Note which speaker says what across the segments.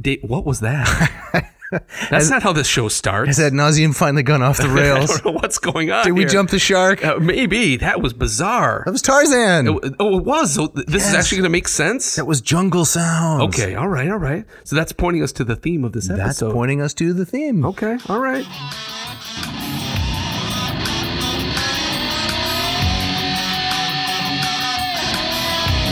Speaker 1: Da- what was that? That's not how this show starts.
Speaker 2: Has that nauseum finally gone off the
Speaker 1: I
Speaker 2: rails?
Speaker 1: don't know what's going on.
Speaker 2: Did we
Speaker 1: here.
Speaker 2: jump the shark?
Speaker 1: Uh, maybe that was bizarre.
Speaker 2: That was Tarzan.
Speaker 1: Oh, it was. So th- this is
Speaker 2: Yes.
Speaker 1: actually going to make sense.
Speaker 2: That was Jungle Sounds.
Speaker 1: Okay. All right. All right. So that's pointing us to the theme of this episode.
Speaker 2: That's pointing us to the theme.
Speaker 1: Okay. All right.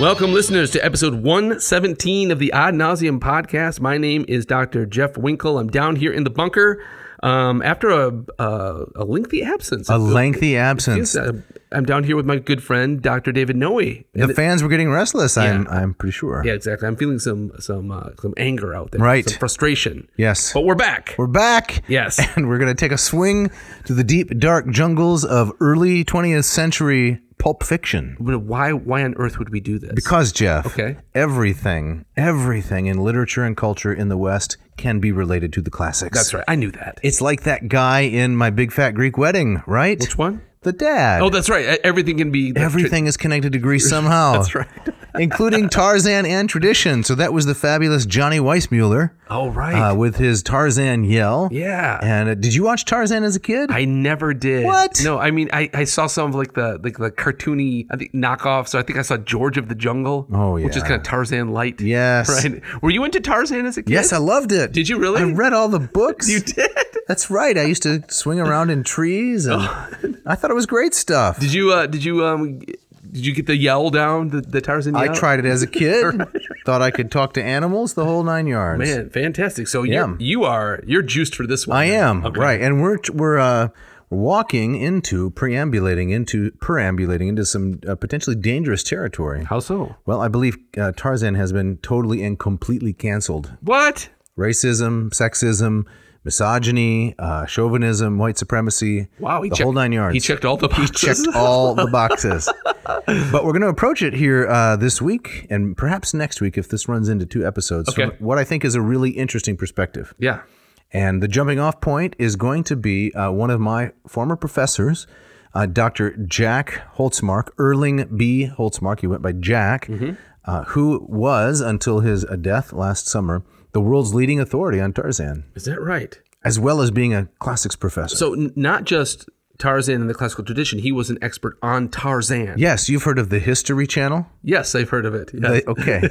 Speaker 1: Welcome, listeners, to episode 117 of the Odd Nauseum podcast. My name is Dr. Jeff Winkle. I'm down here in the bunker um, after a, a, a lengthy absence.
Speaker 2: A lengthy
Speaker 1: Yes,
Speaker 2: absence.
Speaker 1: I'm I'm down here with my good friend, Dr. David Noe. And
Speaker 2: The
Speaker 1: it-
Speaker 2: fans were getting restless. I'm, I'm pretty sure.
Speaker 1: yeah, exactly. I'm feeling some some uh, some anger out there,
Speaker 2: Right.
Speaker 1: Some frustration.
Speaker 2: Yes.
Speaker 1: But we're back.
Speaker 2: We're back.
Speaker 1: Yes.
Speaker 2: And we're going to take a swing to the deep, dark jungles of early 20th century pulp fiction.
Speaker 1: But why why on earth would we do this?
Speaker 2: Because, Jeff,
Speaker 1: Okay.
Speaker 2: everything, everything in literature and culture in the West can be related to the classics.
Speaker 1: that's right. I knew that.
Speaker 2: It's like that guy in My Big Fat Greek Wedding, right?
Speaker 1: Which one?
Speaker 2: The dad.
Speaker 1: Oh, that's right. E- Everything can be
Speaker 2: Everything is connected to Greece somehow.
Speaker 1: That's right.
Speaker 2: including Tarzan and tradition. So that was the fabulous Johnny Weissmuller
Speaker 1: Oh, right.
Speaker 2: uh, with his Tarzan yell.
Speaker 1: yeah.
Speaker 2: And uh, did you watch Tarzan as a kid?
Speaker 1: I never did.
Speaker 2: What?
Speaker 1: No, I mean I, I saw some of like the like the cartoony I think knockoffs. So I think I saw George of the Jungle.
Speaker 2: Oh,
Speaker 1: Which is
Speaker 2: yeah.
Speaker 1: kind of Tarzan light.
Speaker 2: Yes.
Speaker 1: Right. Were you into Tarzan as a kid?
Speaker 2: yes, I loved it.
Speaker 1: Did you really?
Speaker 2: I read all the books.
Speaker 1: You did.
Speaker 2: That's right. I used to swing around in trees, and I thought it was great stuff.
Speaker 1: Oh. Did you uh did you um did you get the yell down the, the Tarzan
Speaker 2: I
Speaker 1: yell?
Speaker 2: tried it as a kid. thought I could talk to animals the whole nine yards.
Speaker 1: Man, fantastic. So you
Speaker 2: Yeah.
Speaker 1: you are you're juiced for this one.
Speaker 2: I
Speaker 1: then.
Speaker 2: am
Speaker 1: Okay.
Speaker 2: right, and we're we're uh, walking into preambulating into perambulating into some uh, potentially dangerous territory.
Speaker 1: How so?
Speaker 2: Well, I believe uh, Tarzan has been totally and completely canceled.
Speaker 1: What?
Speaker 2: Racism, sexism, misogyny, uh, chauvinism, white supremacy.
Speaker 1: Wow, he
Speaker 2: the
Speaker 1: checked
Speaker 2: whole nine yards.
Speaker 1: He checked all the boxes.
Speaker 2: Checked all the boxes. but we're going to approach it here uh, this week and perhaps next week if this runs into two episodes
Speaker 1: Okay.
Speaker 2: from what I think is a really interesting perspective.
Speaker 1: yeah.
Speaker 2: And the jumping off point is going to be uh, one of my former professors, uh, Dr. Jack Holtzmark, Erling B. Holtzmark. He went by Jack,
Speaker 1: Mm-hmm.
Speaker 2: uh, who was, until his uh, death last summer, the world's leading authority on Tarzan,
Speaker 1: Is that right?
Speaker 2: as well as being a classics professor.
Speaker 1: So n- not just Tarzan and the classical tradition, he was an expert on Tarzan.
Speaker 2: yes, you've heard of the History Channel.
Speaker 1: Yes, I've heard of it. Yes.
Speaker 2: They- okay.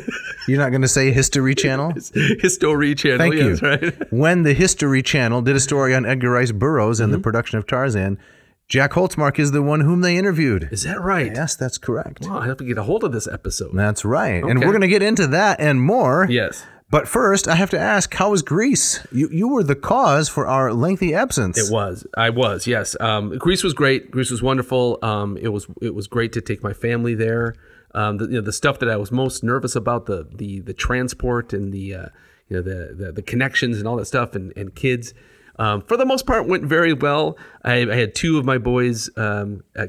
Speaker 2: You're not going to say History Channel?
Speaker 1: History Channel.
Speaker 2: Thank
Speaker 1: oh, yes,
Speaker 2: you.
Speaker 1: Right.
Speaker 2: When the History Channel did a story on Edgar Rice Burroughs
Speaker 1: Mm-hmm.
Speaker 2: and the production of Tarzan, Jack Holtzmark is the one whom they interviewed.
Speaker 1: Is that right?
Speaker 2: Yes, that's correct.
Speaker 1: Wow, I have to get a hold of this episode.
Speaker 2: That's right. And
Speaker 1: Okay.
Speaker 2: we're going to get into that and more.
Speaker 1: Yes,
Speaker 2: But first, I have to ask, how was Greece? You, you were the cause for our lengthy absence.
Speaker 1: it was. I was. Yes. Um, Greece was great. Greece was wonderful. Um, it was. It was great to take my family there. Um, the, you know, the stuff that I was most nervous about the the the transport and the uh, you know the, the the connections and all that stuff and and kids. Um, for the most part, went very well. I, I had two of my boys um, uh,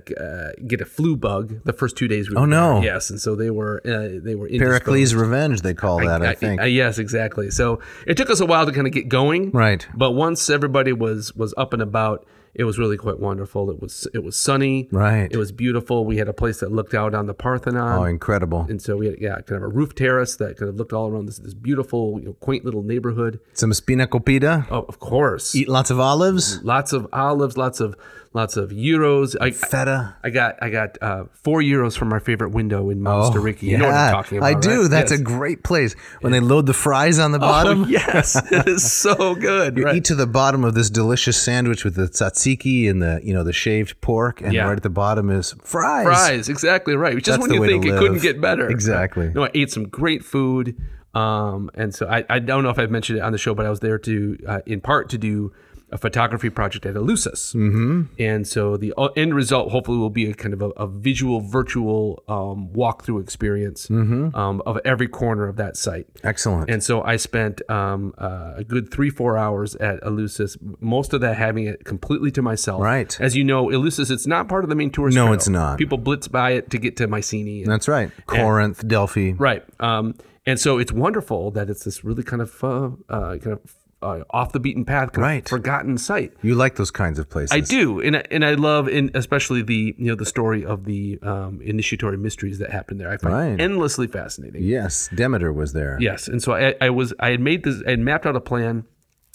Speaker 1: get a flu bug the first two days. We oh
Speaker 2: no.
Speaker 1: Yes, and so they were uh, they were
Speaker 2: Pericles' Revenge, they call that, I, think.
Speaker 1: Uh, yes, exactly. So it took us a while to kind of get going,
Speaker 2: Right.
Speaker 1: But once everybody was was up and about, it was really quite wonderful. It was it was sunny,
Speaker 2: Right.
Speaker 1: It was beautiful. We had a place that looked out on the Parthenon,
Speaker 2: oh, incredible.
Speaker 1: and so we had yeah kind of a roof terrace that kind of looked all around this this beautiful you know, quaint little neighborhood.
Speaker 2: Some spinacopita,
Speaker 1: Oh, of course,
Speaker 2: eat lots of olives,
Speaker 1: lots of olives, lots of lots of euros. I,
Speaker 2: feta.
Speaker 1: I got I got uh, four euros from our favorite window in Monster Rica. Oh, You know what
Speaker 2: Oh, Yeah,
Speaker 1: I'm talking about?
Speaker 2: I do.
Speaker 1: right?
Speaker 2: That's
Speaker 1: Yes.
Speaker 2: a great place. When they load the fries on the bottom,
Speaker 1: Oh, yes, it is so good.
Speaker 2: you
Speaker 1: right.
Speaker 2: eat to the bottom of this delicious sandwich with the tzatziki and the, you know, the shaved pork. And
Speaker 1: Yeah.
Speaker 2: right at the bottom is fries.
Speaker 1: fries. Exactly right. Just
Speaker 2: That's
Speaker 1: when
Speaker 2: the
Speaker 1: you
Speaker 2: way to
Speaker 1: think it
Speaker 2: live.
Speaker 1: couldn't get better.
Speaker 2: Exactly.
Speaker 1: No, I ate some great food. Um, and so I, I don't know if I've mentioned it on the show, but I was there to, uh, in part, to do a photography project at Eleusis. Mm-hmm. And so the uh, end result hopefully will be a kind of a, a visual, virtual um, walkthrough experience um, of every corner of that site.
Speaker 2: Mm-hmm. Excellent.
Speaker 1: And so I spent um, uh, a good three, four hours at Eleusis, most of that having it completely to myself.
Speaker 2: Right.
Speaker 1: As you know, Eleusis, it's not part of the main tourist
Speaker 2: No,
Speaker 1: trail.
Speaker 2: it's not.
Speaker 1: People blitz by it to get to Mycenae. and-
Speaker 2: That's right. Corinth, Delphi.
Speaker 1: Right. Um, and so it's wonderful that it's this really kind of uh, uh, kind of uh, off the beaten path, kind
Speaker 2: Right.
Speaker 1: of forgotten site.
Speaker 2: You like those kinds of places.
Speaker 1: I do, and I, and I love, and especially the you know the story of the um, initiatory mysteries that happened there. I find
Speaker 2: Right.
Speaker 1: endlessly fascinating.
Speaker 2: Yes, Demeter was there.
Speaker 1: Yes, and so I, I was I had made this I had mapped out a plan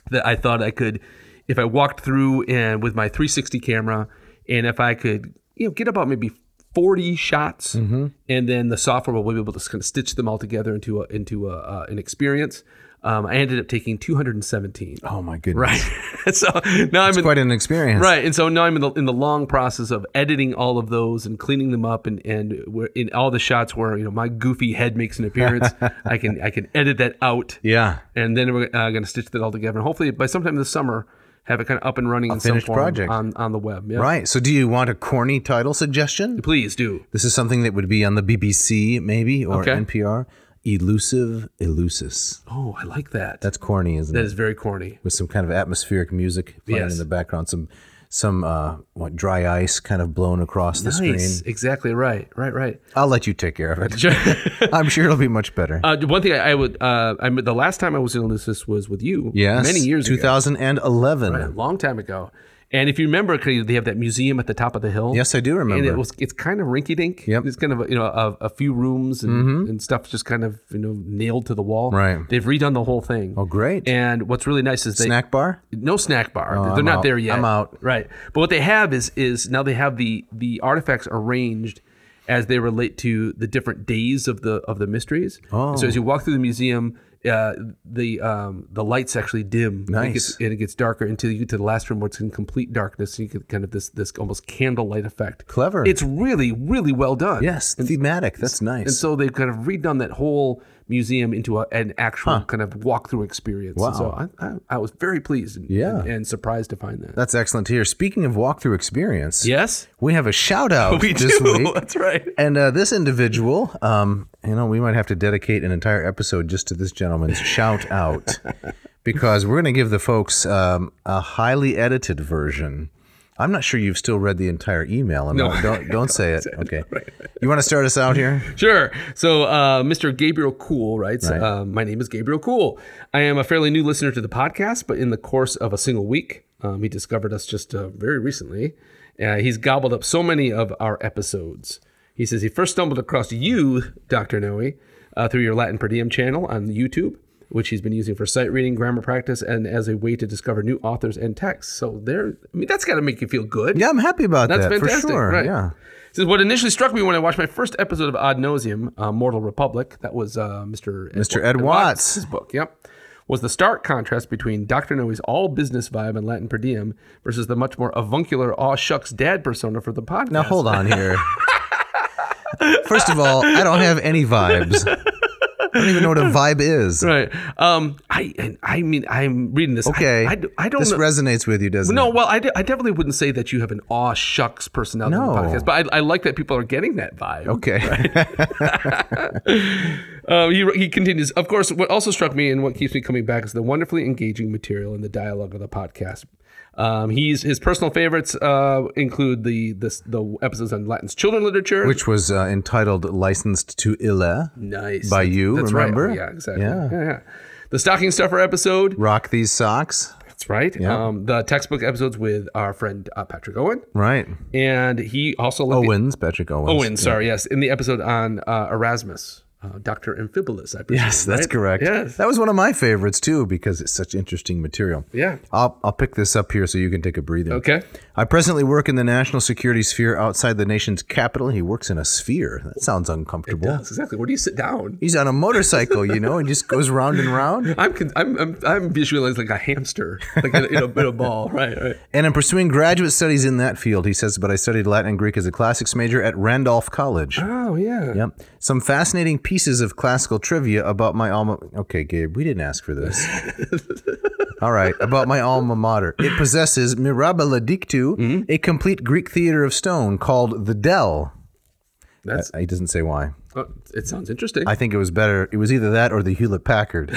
Speaker 1: that I thought I could, if I walked through and with my 360 camera, and if I could you know get about maybe 40 shots, and then the software will be able to kind of stitch them all together into a, into a, uh, an experience. Um, I ended up taking 217.
Speaker 2: Oh my goodness.
Speaker 1: Right, so now I'm in
Speaker 2: Quite an experience.
Speaker 1: Right, and so now I'm in the in the long process of editing all of those and cleaning them up, and and where in all the shots where you know my goofy head makes an appearance, I can I can edit that out,
Speaker 2: Yeah.
Speaker 1: and then we're uh, going to stitch that all together, and hopefully by sometime this summer have it kind of up and running in some
Speaker 2: finished
Speaker 1: form
Speaker 2: project.
Speaker 1: on on the web. Yeah.
Speaker 2: Right. So, do you want a corny title suggestion?
Speaker 1: please do.
Speaker 2: This is something that would be on the BBC, maybe, or
Speaker 1: Okay.
Speaker 2: NPR. Elusive Elusis.
Speaker 1: Oh, I like that.
Speaker 2: That's corny, isn't
Speaker 1: that
Speaker 2: it?
Speaker 1: is very corny.
Speaker 2: With some kind of atmospheric music playing
Speaker 1: Yes.
Speaker 2: in the background, some some uh, what, dry ice kind of blown across the
Speaker 1: Nice,
Speaker 2: screen.
Speaker 1: exactly right, right, right.
Speaker 2: I'll let you take care of it. I'm sure it'll be much better.
Speaker 1: Uh, one thing I, I would, uh, I mean, the last time I was in Eleusis was with you.
Speaker 2: yes.
Speaker 1: many years ago.
Speaker 2: 2011.
Speaker 1: a long time ago. And if you remember, 'cause they have that museum at the top of the hill.
Speaker 2: Yes, I do remember.
Speaker 1: And it was it's kind of rinky dink.
Speaker 2: Yep. Mm-hmm.
Speaker 1: It's kind of you know a, a few rooms and, and stuff just kind of you know nailed to the wall.
Speaker 2: Right.
Speaker 1: They've redone the whole thing.
Speaker 2: oh, great.
Speaker 1: And what's really nice is they
Speaker 2: Snack bar?
Speaker 1: no snack bar. They're
Speaker 2: I'm
Speaker 1: not
Speaker 2: out.
Speaker 1: there yet.
Speaker 2: I'm out.
Speaker 1: Right. But what they have is is now they have the the artifacts arranged as they relate to the different days of the of the mysteries.
Speaker 2: Oh.
Speaker 1: So as you walk through the museum, uh, the um, the lights actually dim. And
Speaker 2: Nice.
Speaker 1: it gets, and it gets darker until you get to the last room where it's in complete darkness. And you get kind of this this almost candlelight effect.
Speaker 2: Clever.
Speaker 1: It's really really well done.
Speaker 2: Yes, thematic. That's nice.
Speaker 1: And so they've kind of redone that whole museum into a, an actual kind of walkthrough experience. And
Speaker 2: Wow.
Speaker 1: so I, I, I was very pleased and,
Speaker 2: Yeah.
Speaker 1: and, and surprised to find that.
Speaker 2: That's excellent to hear. Speaking of walkthrough experience,
Speaker 1: yes,
Speaker 2: we have a shout out
Speaker 1: we
Speaker 2: this
Speaker 1: do.
Speaker 2: week.
Speaker 1: That's right.
Speaker 2: And uh, this individual, um, you know, we might have to dedicate an entire episode just to this gentleman's shout out because we're going to give the folks um, a highly edited version. I'm not sure you've still read the entire email. and
Speaker 1: No.
Speaker 2: don't don't say it. Okay. You want to start us out here?
Speaker 1: Sure. So, uh, Mr. Gabriel Cool writes,
Speaker 2: Right.
Speaker 1: uh, My name is Gabriel Cool. I am a fairly new listener to the podcast, but in the course of a single week, um, he discovered us just uh, very recently. Uh, he's gobbled up so many of our episodes. He says he first stumbled across you, Dr. Noe, uh, through your Latin per diem channel on YouTube, which he's been using for sight reading, grammar practice, and as a way to discover new authors and texts. So, there, I mean, that's got to make you feel good.
Speaker 2: Yeah, I'm happy about
Speaker 1: That's
Speaker 2: that
Speaker 1: fantastic.
Speaker 2: for sure.
Speaker 1: Right.
Speaker 2: Yeah.
Speaker 1: He says, what initially struck me when I watched my first episode of Ad Nauseum, uh, Mortal Republic, that was uh, Mr.
Speaker 2: Mr. Ed Watts.
Speaker 1: Watts' book, yep, was the stark contrast between Dr. Noe's all business vibe and Latin per diem versus the much more avuncular, aw shucks dad persona for the podcast.
Speaker 2: Now hold on here. First of all, I don't have any vibes. I don't even know what a vibe is.
Speaker 1: Right. Um, I, and I mean, I'm reading this. I-
Speaker 2: Okay.
Speaker 1: I, d- I don't
Speaker 2: This
Speaker 1: know.
Speaker 2: resonates with you, doesn't
Speaker 1: no,
Speaker 2: it?
Speaker 1: well, I, d- I definitely wouldn't say that you have an aw shucks personality on
Speaker 2: No.
Speaker 1: the podcast, but I, I like that people are getting that vibe.
Speaker 2: Okay.
Speaker 1: Uh, he, he continues. Of course, what also struck me and what keeps me coming back is the wonderfully engaging material and the dialogue of the podcast. Um, he's his personal favorites uh, include the this, the episodes on Latin's children literature,
Speaker 2: Which was uh, entitled Licensed to Ille.
Speaker 1: nice
Speaker 2: by you,
Speaker 1: That's
Speaker 2: remember?
Speaker 1: Right. Oh, yeah, exactly.
Speaker 2: Yeah.
Speaker 1: Yeah. yeah, The stocking stuffer episode.
Speaker 2: Rock These Socks.
Speaker 1: That's right. Um, the textbook episodes with our friend uh, Patrick Owen,
Speaker 2: Right.
Speaker 1: and he also liked the-
Speaker 2: Owens, Patrick Owens.
Speaker 1: Owen, sorry, yes, in the episode on uh, Erasmus, uh, Doctor Amphibolus. I presume,
Speaker 2: Yes, that's
Speaker 1: right?
Speaker 2: correct.
Speaker 1: Yes.
Speaker 2: That was one of my favorites too because it's such interesting material.
Speaker 1: Yeah.
Speaker 2: I'll, I'll pick this up here so you can take a breather.
Speaker 1: Okay.
Speaker 2: I presently work in the national security sphere outside the nation's capital. He works in a sphere. That sounds uncomfortable.
Speaker 1: That's exactly. Where do you sit down?
Speaker 2: He's on a motorcycle, you know, and just goes round and round.
Speaker 1: I'm, con- I'm I'm I'm visualizing like a hamster, like in, a- in a bit of ball, right? Right.
Speaker 2: And I'm pursuing graduate studies in that field. He says, but I studied Latin and Greek as a classics major at Randolph College.
Speaker 1: Oh yeah.
Speaker 2: Yep. Some fascinating pieces of classical trivia about my alma. Okay, Gabe, we didn't ask for this. All right, about my alma mater. It possesses mirabile dictu, a complete Greek theater of stone called the Dell.
Speaker 1: That's
Speaker 2: He doesn't say why.
Speaker 1: uh, it sounds interesting.
Speaker 2: I think it was better. It was either that or the Hewlett Packard.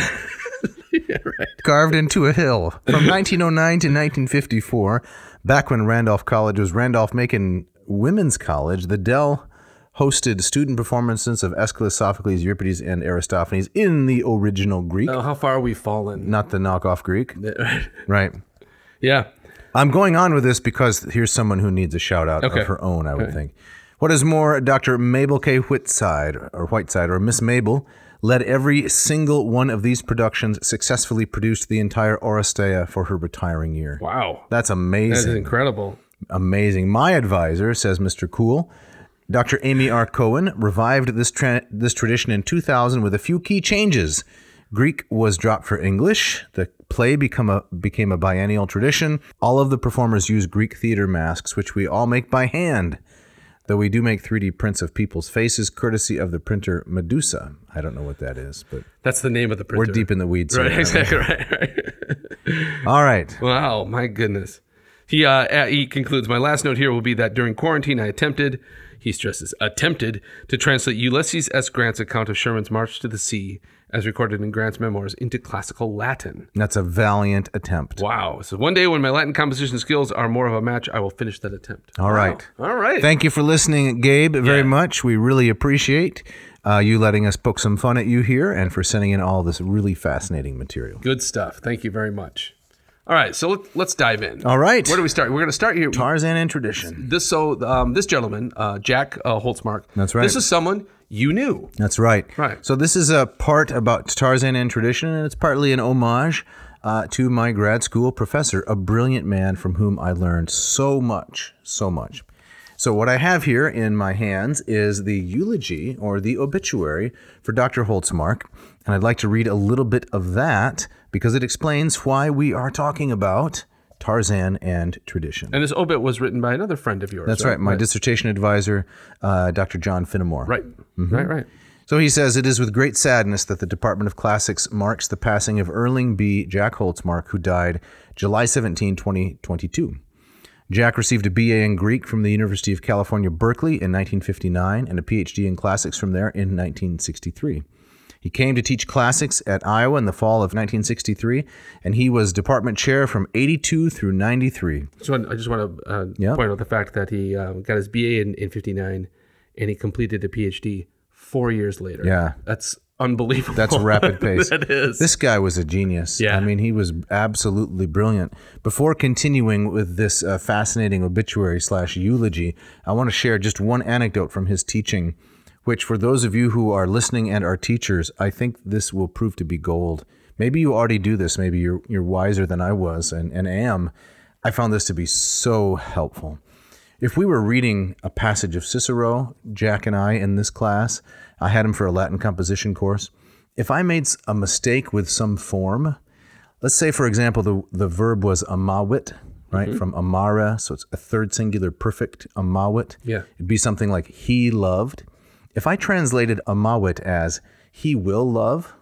Speaker 2: Carved into a hill from 1909 to 1954, back when Randolph College was Randolph Macon Women's College, the Dell hosted student performances of Aeschylus, Sophocles, Euripides, and Aristophanes in the original Greek,
Speaker 1: Oh, how far we've fallen.
Speaker 2: not the knockoff Greek. Right.
Speaker 1: yeah.
Speaker 2: I'm going on with this because here's someone who needs a shout out
Speaker 1: Okay.
Speaker 2: of her own, I would think. What is more, Dr. Mabel K. Whitside or Whiteside or Miss Mabel led every single one of these productions successfully produced the entire Oresteia for her retiring year.
Speaker 1: Wow.
Speaker 2: That's
Speaker 1: That is
Speaker 2: amazing.
Speaker 1: incredible.
Speaker 2: amazing. My advisor, says Mr. Cool, Dr. Amy R. Cohen revived this, tra- this tradition in 2000 with a few key changes. Greek was dropped for English. The play become a, became a biennial tradition. All of the performers use Greek theater masks, which we all make by hand, though we do make 3D prints of people's faces, courtesy of the printer Medusa. I don't know what that is, but
Speaker 1: That's the name of the printer.
Speaker 2: we're deep in the weeds
Speaker 1: Right,
Speaker 2: here.
Speaker 1: exactly. Right, right.
Speaker 2: All right.
Speaker 1: Wow, my goodness. He uh, uh, he concludes. My last note here will be that during quarantine, I attempted. He stresses attempted to translate Ulysses S. Grant's account of Sherman's march to the sea, as recorded in Grant's memoirs, into classical Latin.
Speaker 2: That's a valiant attempt.
Speaker 1: Wow! So one day when my Latin composition skills are more of a match, I will finish that attempt.
Speaker 2: All right.
Speaker 1: All right.
Speaker 2: Thank you for listening, Gabe, very
Speaker 1: Yeah.
Speaker 2: much. We really appreciate uh, you letting us poke some fun at you here and for sending in all this really fascinating material.
Speaker 1: Good stuff. Thank you very much. All right, so let, let's dive in.
Speaker 2: All right.
Speaker 1: Where do we start? We're going to start here.
Speaker 2: Tarzan and tradition.
Speaker 1: This so um, this gentleman, uh, Jack uh, Holtzmark.
Speaker 2: That's right.
Speaker 1: This is someone you knew.
Speaker 2: That's right.
Speaker 1: Right.
Speaker 2: So this is a part about Tarzan and tradition, and it's partly an homage uh, to my grad school professor, a brilliant man from whom I learned so much, so much. So what I have here in my hands is the eulogy or the obituary for Dr. Holtzmark, and I'd like to read a little bit of that because it explains why we are talking about Tarzan and tradition.
Speaker 1: And this obit was written by another friend of yours.
Speaker 2: That's right. My dissertation advisor, uh, Dr. John Finnemore.
Speaker 1: Right.
Speaker 2: Mm-hmm.
Speaker 1: Right. Right.
Speaker 2: So he says, It is with great sadness that the Department of Classics marks the passing of Erling B. Jack Holtzmark, who died July 17, 2022. Jack received a BA in Greek from the University of California, Berkeley in 1959 and a PhD in classics from there in 1963. He came to teach classics at Iowa in the fall of 1963, and he was department chair from 82 through 93.
Speaker 1: So I just want to uh,
Speaker 2: Yeah.
Speaker 1: point out the fact that he um, got his BA in, in '59, and he completed a PhD four years later.
Speaker 2: Yeah.
Speaker 1: That's unbelievable.
Speaker 2: That's rapid pace.
Speaker 1: that is.
Speaker 2: This guy was a genius.
Speaker 1: Yeah.
Speaker 2: I mean, he was absolutely brilliant. Before continuing with this uh, fascinating obituary slash eulogy, I want to share just one anecdote from his teaching, which, for those of you who are listening and are teachers, I think this will prove to be gold. Maybe you already do this. Maybe you're, you're wiser than I was and, and am. I found this to be so helpful. If we were reading a passage of Cicero, Jack and I in this class, I had him for a Latin composition course. If I made s- a mistake with some form, let's say, for example, the, the verb was amawit, right? From amara, so it's a third singular perfect, amawit.
Speaker 1: Yeah.
Speaker 2: It'd be something like he loved. If I translated amawit as he will love,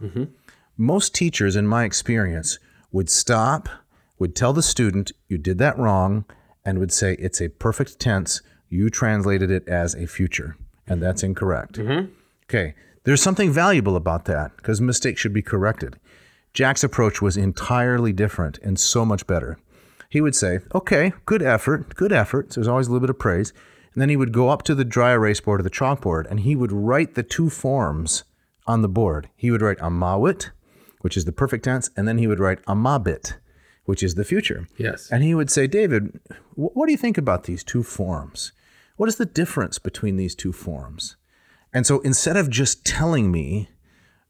Speaker 2: most teachers, in my experience, would stop, would tell the student, you did that wrong, and would say, it's a perfect tense. You translated it as a future, and that's incorrect. Okay. There's something valuable about that because mistakes should be corrected. Jack's approach was entirely different and so much better. He would say, okay, good effort, good effort. So there's always a little bit of praise. And then he would go up to the dry erase board or the chalkboard and he would write the two forms on the board. He would write amawit, which is the perfect tense, and then he would write amabit, which is the future.
Speaker 1: Yes.
Speaker 2: And he would say, David, wh- what do you think about these two forms? What is the difference between these two forms? And so instead of just telling me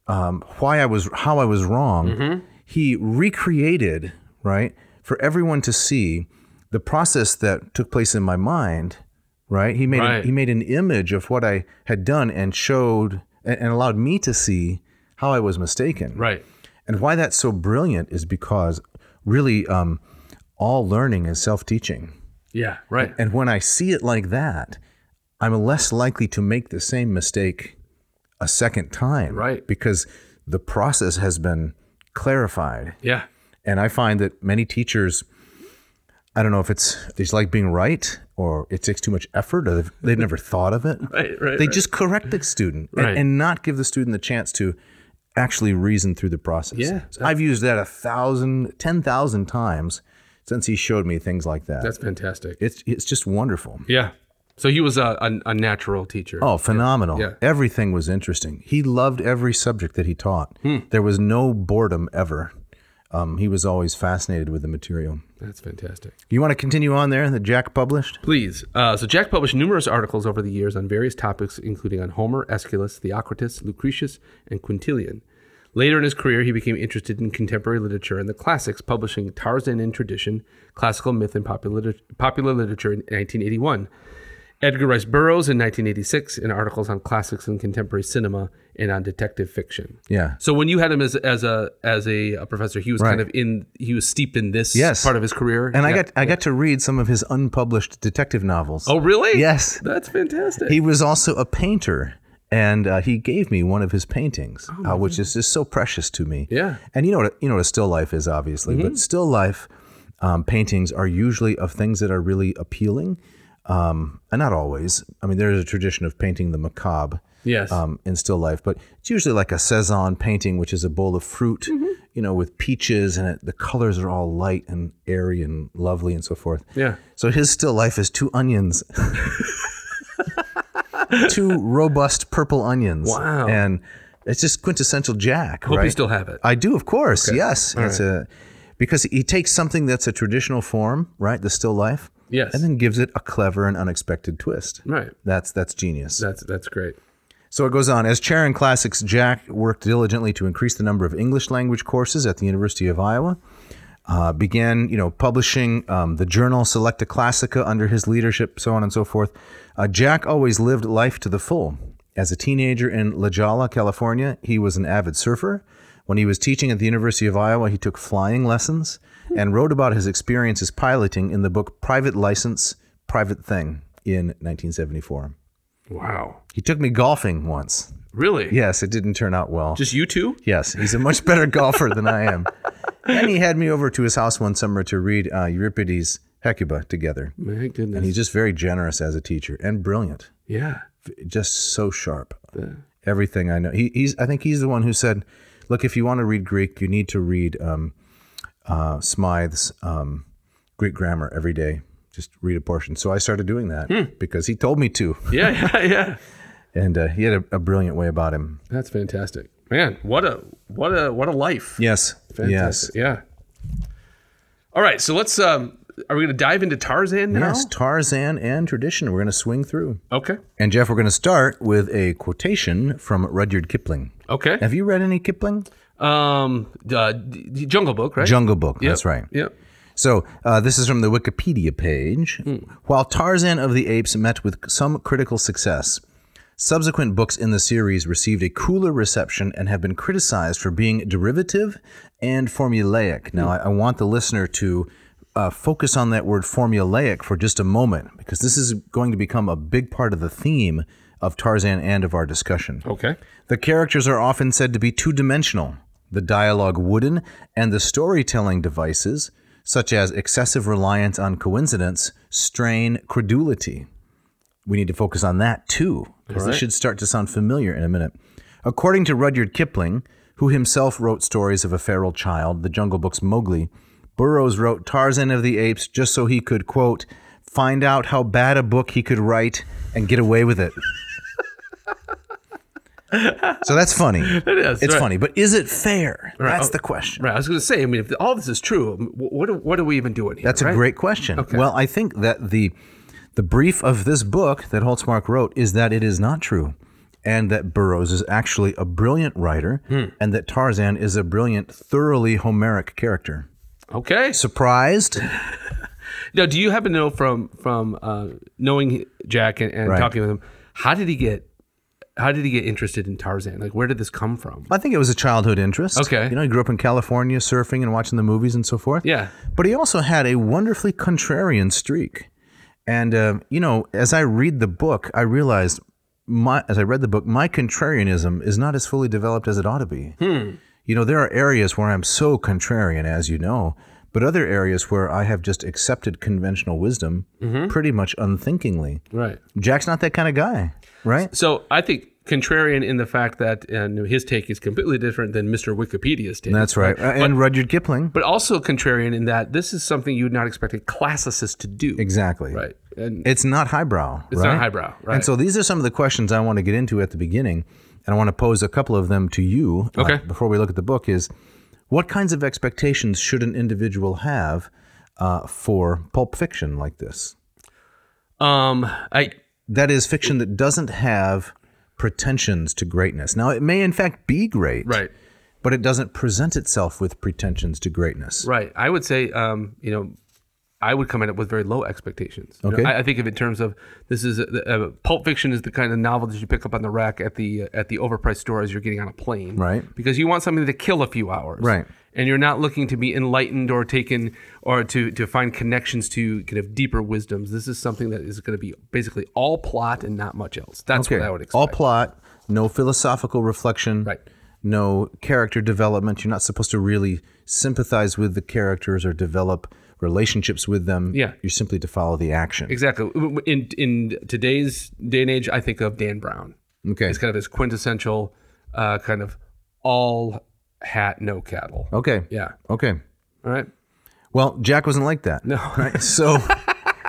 Speaker 2: um, why I was how I was wrong,
Speaker 1: Mm-hmm.
Speaker 2: he recreated right for everyone to see the process that took place in my mind. Right, he made
Speaker 1: Right.
Speaker 2: he made an image of what I had done and showed and, and allowed me to see how I was mistaken.
Speaker 1: right.
Speaker 2: And why that's so brilliant is because really um, all learning is self teaching.
Speaker 1: Yeah. Right.
Speaker 2: And when I see it like that, I'm less likely to make the same mistake a second time.
Speaker 1: Right.
Speaker 2: Because the process has been clarified.
Speaker 1: Yeah.
Speaker 2: And I find that many teachers, I don't know if it's they just like being right or it takes too much effort or they've, they've never thought of it.
Speaker 1: Right, right,
Speaker 2: They
Speaker 1: right.
Speaker 2: just correct the student and-
Speaker 1: Right.
Speaker 2: and, not give the student the chance to actually reason through the process.
Speaker 1: Yeah.
Speaker 2: So I've used that a thousand, ten thousand times since he showed me things like that.
Speaker 1: That's fantastic.
Speaker 2: it's it's just wonderful.
Speaker 1: Yeah. So he was a, a, a natural teacher.
Speaker 2: Oh, phenomenal.
Speaker 1: Yeah.
Speaker 2: Everything was interesting. He loved every subject that he taught.
Speaker 1: Hmm.
Speaker 2: There was no boredom ever. Um, he was always fascinated with the material.
Speaker 1: That's fantastic.
Speaker 2: You want to continue on there that Jack published?
Speaker 1: Please. Uh, so Jack published numerous articles over the years on various topics, including on Homer, Aeschylus, Theocritus, Lucretius, and Quintilian. Later in his career, he became interested in contemporary literature and the classics, publishing Tarzan in Tradition, Classical Myth and Popular, Liter- Popular Literature in 1981, Edgar Rice Burroughs in 1986, and articles on classics and contemporary cinema and on detective fiction.
Speaker 2: Yeah.
Speaker 1: So when you had him as, as a as a, uh, professor, he was kind
Speaker 2: Right.
Speaker 1: of in he was steeped in this
Speaker 2: Yes.
Speaker 1: part of his career.
Speaker 2: And I
Speaker 1: Yeah.
Speaker 2: got I got to read some of his unpublished detective novels.
Speaker 1: oh really
Speaker 2: Yes.
Speaker 1: that's fantastic.
Speaker 2: He was also a painter, and uh, he gave me one of his paintings, uh, which is just so precious to me.
Speaker 1: Oh, Yeah. Mm-hmm.
Speaker 2: And you know what you know what a still life is, obviously, but still life um, paintings are usually of things that are really appealing, um, and not always. I mean, there is a tradition of painting the macabre.
Speaker 1: yes.
Speaker 2: um, in still life, but it's usually like a saison painting, which is a bowl of fruit,
Speaker 1: Mm-hmm.
Speaker 2: you know, with peaches, and it, the colors are all light and airy and lovely and so forth.
Speaker 1: Yeah.
Speaker 2: So his still life is two onions, two robust purple onions.
Speaker 1: Wow.
Speaker 2: And it's just quintessential Jack.
Speaker 1: Hope
Speaker 2: right?
Speaker 1: you still have it.
Speaker 2: I do, of course. Yes, it's a because he takes something that's a traditional form, right, the still life,
Speaker 1: yes.
Speaker 2: and then gives it a clever and unexpected twist.
Speaker 1: right.
Speaker 2: That's that's genius.
Speaker 1: That's that's great.
Speaker 2: So it goes on. As chair in classics, Jack worked diligently to increase the number of English language courses at the University of Iowa. Uh, began, you know, publishing um, the journal Selecta Classica under his leadership, so on and so forth. Uh, Jack always lived life to the full. As a teenager in La Jolla, California, he was an avid surfer. When he was teaching at the University of Iowa, he took flying lessons and wrote about his experiences piloting in the book Private License, Private Thing in 1974.
Speaker 1: Wow.
Speaker 2: He took me golfing once.
Speaker 1: Really?
Speaker 2: Yes, it didn't turn out well.
Speaker 1: Just you two?
Speaker 2: yes, he's a much better golfer than I am. And he had me over to his house one summer to read uh, Euripides' Hecuba together.
Speaker 1: My goodness.
Speaker 2: He's just very generous as a teacher and brilliant,
Speaker 1: yeah.
Speaker 2: just so sharp. Everything I know, he, he's. I think he's the one who said, "Look, if you want to read Greek, you need to read um, uh, Smythe's um, Greek grammar every day. Just read a portion." So I started doing that because he told me to,
Speaker 1: Yeah. Yeah. Yeah.
Speaker 2: and uh, he had a, a brilliant way about him.
Speaker 1: that's fantastic, man. What a what a what a life.
Speaker 2: Yes, yes.
Speaker 1: Fantastic. Yeah. All right. So let's. um Are we gonna dive into Tarzan now?
Speaker 2: Yes, Tarzan and tradition. We're going to swing through.
Speaker 1: Okay.
Speaker 2: And Jeff, we're going to start with a quotation from Rudyard Kipling.
Speaker 1: Okay.
Speaker 2: Have you read any Kipling?
Speaker 1: Um. Uh, D- D- Jungle Book, right?
Speaker 2: Jungle Book. That's
Speaker 1: Yep.
Speaker 2: right.
Speaker 1: Yep.
Speaker 2: So uh, this is from the Wikipedia page. While Tarzan of the Apes met with some critical success, subsequent books in the series received a cooler reception and have been criticized for being derivative and formulaic. Now, I, I want the listener to uh, focus on that word formulaic for just a moment because this is going to become a big part of the theme of Tarzan and of our discussion.
Speaker 1: Okay.
Speaker 2: The characters are often said to be two dimensional, the dialogue wooden, and the storytelling devices, such as excessive reliance on coincidence, strain credulity. We need to focus on that too, because this should start to sound familiar in a minute. According to Rudyard Kipling, who himself wrote stories of a feral child, the Jungle Book's Mowgli, Burroughs wrote Tarzan of the Apes just so he could, quote, find out how bad a book he could write and get away with it. so that's funny.
Speaker 1: It is.
Speaker 2: It's
Speaker 1: right.
Speaker 2: funny, but is it fair? That's
Speaker 1: oh,
Speaker 2: the question.
Speaker 1: Right. I was gonna say. I mean, if all this is true, um, wh- what are- what are we even doing here?
Speaker 2: That's a
Speaker 1: right?
Speaker 2: great question. Well, I think that the the brief of this book that Holtzmark wrote is that it is not true, and that Burroughs is actually a brilliant writer,
Speaker 1: Hmm.
Speaker 2: and that Tarzan is a brilliant, thoroughly Homeric character.
Speaker 1: Okay.
Speaker 2: Surprised?
Speaker 1: Now, do you happen to know from from uh, knowing Jack and, and
Speaker 2: Right.
Speaker 1: talking with him, how did he get how did he get interested in Tarzan? Like, where did this come from?
Speaker 2: I think it was a childhood interest.
Speaker 1: Okay.
Speaker 2: you know, he grew up in California, surfing and watching the movies and so forth.
Speaker 1: Yeah,
Speaker 2: But he also had a wonderfully contrarian streak. And, uh, you know, as I read the book, I realized my as I read the book, my contrarianism is not as fully developed as it ought to be.
Speaker 1: Hmm.
Speaker 2: You know, there are areas where I'm so contrarian, as you know, but other areas where I have just accepted conventional wisdom
Speaker 1: Mm-hmm.
Speaker 2: pretty much unthinkingly.
Speaker 1: Right.
Speaker 2: Jack's not that kind of guy, right?
Speaker 1: So I think contrarian in the fact that and his take is completely different than Mr. Wikipedia's take.
Speaker 2: That's right. And Rudyard Kipling.
Speaker 1: But also contrarian in that this is something you would not expect a classicist to do.
Speaker 2: Exactly.
Speaker 1: Right. And
Speaker 2: It's not highbrow.
Speaker 1: it's
Speaker 2: right?
Speaker 1: not highbrow. Right.
Speaker 2: And so these are some of the questions I want to get into at the beginning, and I want to pose a couple of them to you uh,
Speaker 1: Okay.
Speaker 2: before we look at the book. Is what kinds of expectations should an individual have uh, for pulp fiction like this?
Speaker 1: um, I
Speaker 2: That is fiction that doesn't have pretensions to greatness. Now, it may in fact be great,
Speaker 1: right.
Speaker 2: But it doesn't present itself with pretensions to greatness.
Speaker 1: Right. I would say, um, you know, I would come at it with very low expectations. You know,
Speaker 2: Okay.
Speaker 1: I, I think of it in terms of this is a, a, Pulp Fiction is the kind of novel that you pick up on the rack at the uh, at the overpriced store as you're getting on a plane.
Speaker 2: Right.
Speaker 1: Because you want something to kill a few hours.
Speaker 2: Right.
Speaker 1: And you're not looking to be enlightened or taken or to to find connections to kind of deeper wisdoms. This is something that is going to be basically all plot and not much else. That's what I would expect.
Speaker 2: All plot, no philosophical reflection,
Speaker 1: Right.
Speaker 2: no character development. You're not supposed to really sympathize with the characters or develop relationships with them.
Speaker 1: Yeah.
Speaker 2: You're simply to follow the action.
Speaker 1: Exactly. W- w- In in today's day and age, I think of Dan Brown.
Speaker 2: Okay.
Speaker 1: It's kind of his quintessential uh, kind of all hat, no cattle.
Speaker 2: Okay.
Speaker 1: Yeah.
Speaker 2: Okay.
Speaker 1: All right.
Speaker 2: Well, Jack wasn't like that. No. Right? So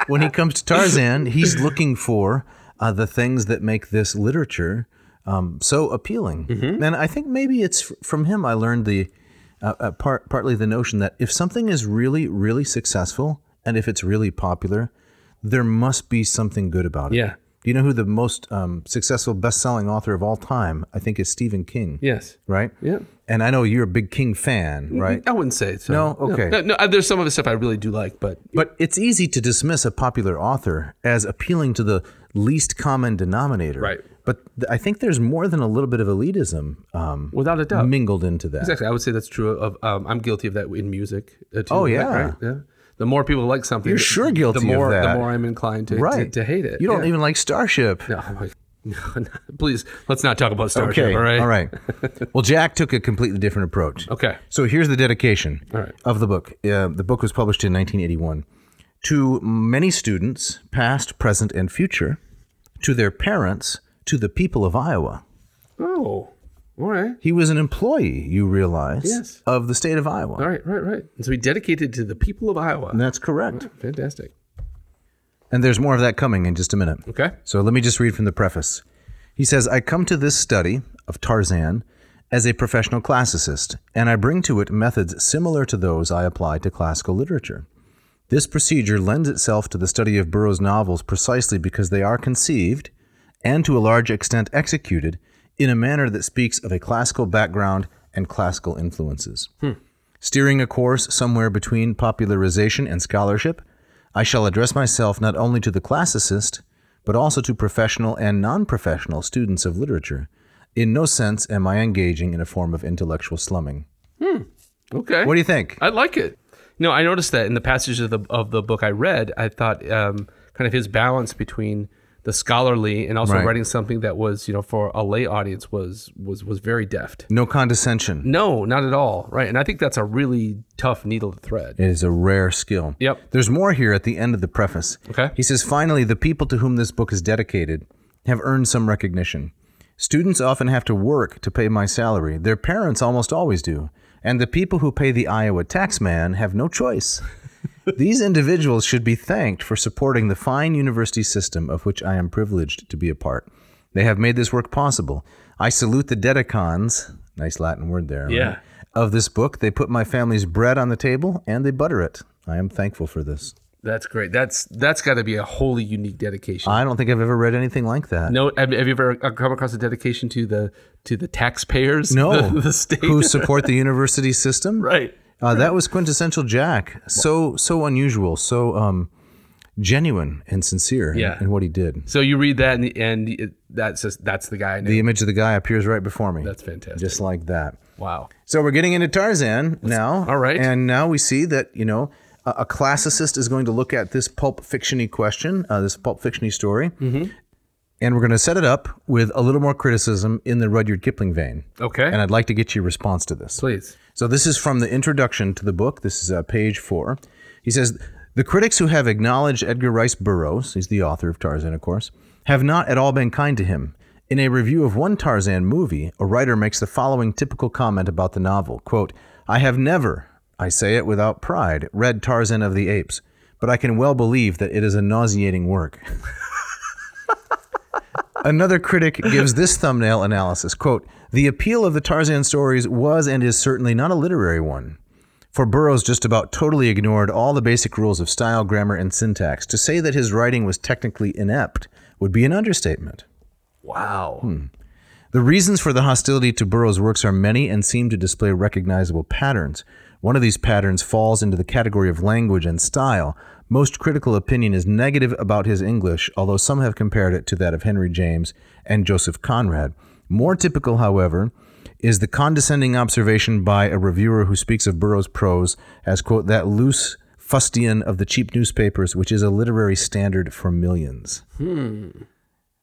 Speaker 2: when he comes to Tarzan, he's looking for uh, the things that make this literature um, so appealing.
Speaker 1: Mm-hmm.
Speaker 2: And I think maybe it's f- from him I learned the uh, uh, part, partly the notion that if something is really, really successful and if it's really popular, there must be something good about it.
Speaker 1: Yeah.
Speaker 2: You know who the most um, successful best-selling author of all time, I think, is Stephen King,
Speaker 1: Yes.
Speaker 2: right?
Speaker 1: Yeah. Mm-hmm.
Speaker 2: And I know you're a big King fan, right?
Speaker 1: I wouldn't say so.
Speaker 2: No? Okay.
Speaker 1: No, no, uh, there's some of his stuff I really do like, but
Speaker 2: But it's easy to dismiss a popular author as appealing to the least common denominator.
Speaker 1: Right.
Speaker 2: But th- I think there's more than a little bit of elitism um,
Speaker 1: without a doubt.
Speaker 2: mingled into that.
Speaker 1: Exactly. I would say that's true of, um, I'm guilty of that in music. Uh, too,
Speaker 2: Oh,
Speaker 1: right?
Speaker 2: yeah.
Speaker 1: Right? Yeah. The more people like something,
Speaker 2: You're sure guilty
Speaker 1: the
Speaker 2: of
Speaker 1: more,
Speaker 2: that.
Speaker 1: The more I'm inclined to,
Speaker 2: Right.
Speaker 1: to, to hate it.
Speaker 2: You don't
Speaker 1: Yeah.
Speaker 2: even like Starship.
Speaker 1: No, I'm like, no, no, please, let's not talk about Starship. All right.
Speaker 2: All right. well, Jack took a completely different approach.
Speaker 1: Okay.
Speaker 2: So here's the dedication
Speaker 1: right.
Speaker 2: of the book. Uh, the book was published in 1981 to many students, past, present, and future, to their parents, to the people of Iowa.
Speaker 1: Oh, all right.
Speaker 2: He was an employee, you realize,
Speaker 1: Yes.
Speaker 2: of the state of Iowa.
Speaker 1: All right, right, right. And so he dedicated to the people of Iowa.
Speaker 2: That's correct.
Speaker 1: Fantastic.
Speaker 2: And there's more of that coming in just a minute.
Speaker 1: Okay.
Speaker 2: So let me just read from the preface. He says, I come to this study of Tarzan as a professional classicist, and I bring to it methods similar to those I apply to classical literature. This procedure lends itself to the study of Burroughs' novels precisely because they are conceived, and to a large extent executed, in a manner that speaks of a classical background and classical influences. Steering a course somewhere between popularization and scholarship, I shall address myself not only to the classicist, but also to professional and non professional students of literature. In no sense am I engaging in a form of intellectual slumming.
Speaker 1: Okay.
Speaker 2: What do you think?
Speaker 1: I like it. No, I noticed that in the passage of the of the book I read, I thought um, kind of his balance between the scholarly and also
Speaker 2: Right.
Speaker 1: writing something that was you know for a lay audience was was was very deft.
Speaker 2: No condescension.
Speaker 1: No, not at all. Right, and I think that's a really tough needle to thread.
Speaker 2: It is a rare skill.
Speaker 1: Yep.
Speaker 2: There's more here at the end of the preface.
Speaker 1: Okay.
Speaker 2: He says, finally, the people to whom this book is dedicated have earned some recognition. Students often have to work to pay my salary. Their parents almost always do. And the people who pay the Iowa tax man have no choice. These individuals should be thanked for supporting the fine university system of which I am privileged to be a part. They have made this work possible. I salute the Dedicons, nice Latin word there, right?
Speaker 1: Yeah.
Speaker 2: of this book. They put my family's bread on the table and they butter it. I am thankful for this.
Speaker 1: That's great. That's that's got to be a wholly unique dedication.
Speaker 2: I don't think I've ever read anything like that.
Speaker 1: no, have, have you ever come across a dedication to the to the taxpayers?
Speaker 2: No.
Speaker 1: the, the state.
Speaker 2: Who support the university system?
Speaker 1: right.
Speaker 2: Uh, that was quintessential Jack. So so unusual, so um, genuine and sincere in-
Speaker 1: Yeah.
Speaker 2: in, what he did.
Speaker 1: So you read that and, and it, that's just that's the guy. I knew.
Speaker 2: The image of the guy appears right before me,
Speaker 1: that's fantastic.
Speaker 2: just like that.
Speaker 1: wow.
Speaker 2: So we're getting into Tarzan now.
Speaker 1: all right.
Speaker 2: And now we see that, you know, a, a
Speaker 1: Mm-hmm.
Speaker 2: classicist is going to look at this pulp fictiony question, uh, this pulp fictiony story, And we're going to set it up with a little more criticism in the Rudyard Kipling vein.
Speaker 1: Okay.
Speaker 2: And I'd like to get your response to this.
Speaker 1: Please.
Speaker 2: So this is from the introduction to the book. This is uh, page four. He says the critics who have acknowledged Edgar Rice Burroughs, he's the author of Tarzan, of course, have not at all been kind to him. In a review of one Tarzan movie, a writer makes the following typical comment about the novel: "Quote: I have never, I say it without pride, read Tarzan of the Apes, but I can well believe that it is a nauseating work." Another critic gives this thumbnail analysis quote, The appeal of the Tarzan stories was and is certainly not a literary one. For Burroughs just about totally ignored all the basic rules of style, grammar, and syntax. To say that his writing was technically inept would be an understatement.
Speaker 1: Wow.
Speaker 2: The reasons for the hostility to Burroughs' works are many and seem to display recognizable patterns. One of these patterns falls into the category of language and style. Most critical opinion is negative about his English, although some have compared it to that of Henry James and Joseph Conrad. More typical, however, is the condescending observation by a reviewer who speaks of Burroughs' prose as, quote, that loose fustian of the cheap newspapers, which is a literary standard for millions.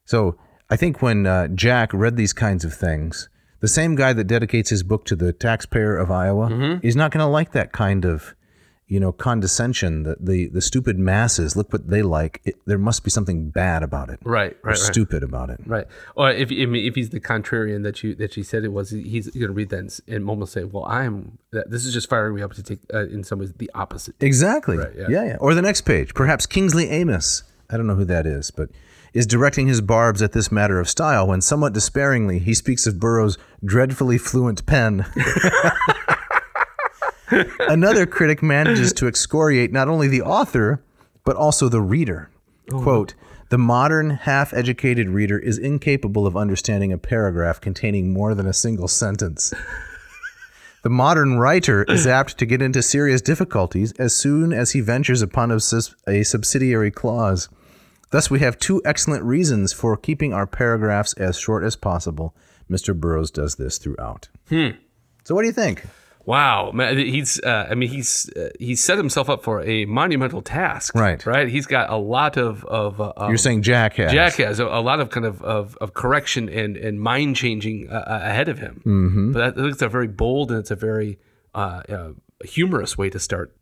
Speaker 2: So I think when uh, Jack read these kinds of things, the same guy that dedicates his book to the taxpayer of Iowa
Speaker 1: Mm-hmm.
Speaker 2: is not going to like that kind of, you know, condescension. The, the the stupid masses look what they like. It, there must be something bad about it,
Speaker 1: Right.
Speaker 2: Or
Speaker 1: Right. Right.
Speaker 2: stupid about it.
Speaker 1: Right. Or if I mean, if he's the contrarian that you that you said it was, he's going to read that and, s- and almost say, "Well, I'm that, this is just firing me up to take uh, in some ways the opposite."
Speaker 2: Exactly.
Speaker 1: yeah.
Speaker 2: yeah. yeah, Or the next page, perhaps Kingsley Amos. I don't know who that is, but is directing his barbs at this matter of style when somewhat despairingly he speaks of Burroughs' dreadfully fluent pen. Another critic manages to excoriate not only the author, but also the reader. Quote, the modern half educated reader is incapable of understanding a paragraph containing more than a single sentence. The modern writer is apt to get into serious difficulties as soon as he ventures upon a, sus- a subsidiary clause. Thus, we have two excellent reasons for keeping our paragraphs as short as possible. Mr. Burroughs does this throughout. Hmm. So, what do you think?
Speaker 1: Wow, man, he's uh, I mean he's uh, he's set himself up for a monumental task.
Speaker 2: Right.
Speaker 1: Right. He's got a lot of of uh, um,
Speaker 2: You're saying Jack has.
Speaker 1: Jack has a, a lot of kind of, of, of correction and, and mind changing uh, uh, ahead of him. But that, I think it's a very bold and it's a very uh, uh, humorous way to start.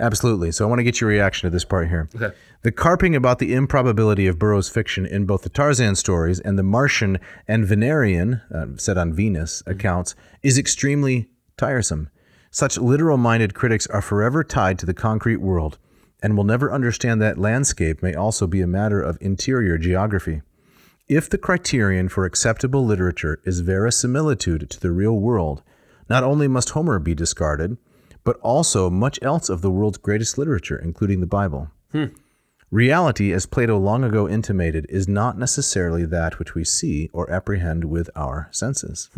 Speaker 2: Absolutely. So I want to get your reaction to this part here.
Speaker 1: Okay.
Speaker 2: The carping about the improbability of Burroughs' fiction in both the Tarzan stories and the Martian and Venerian, uh, set on Venus, accounts is extremely tiresome. Such literal minded critics are forever tied to the concrete world and will never understand that landscape may also be a matter of interior geography. If the criterion for acceptable literature is verisimilitude to the real world, not only must Homer be discarded, but also much else of the world's greatest literature, including the Bible. Reality, as Plato long ago intimated, is not necessarily that which we see or apprehend with our senses.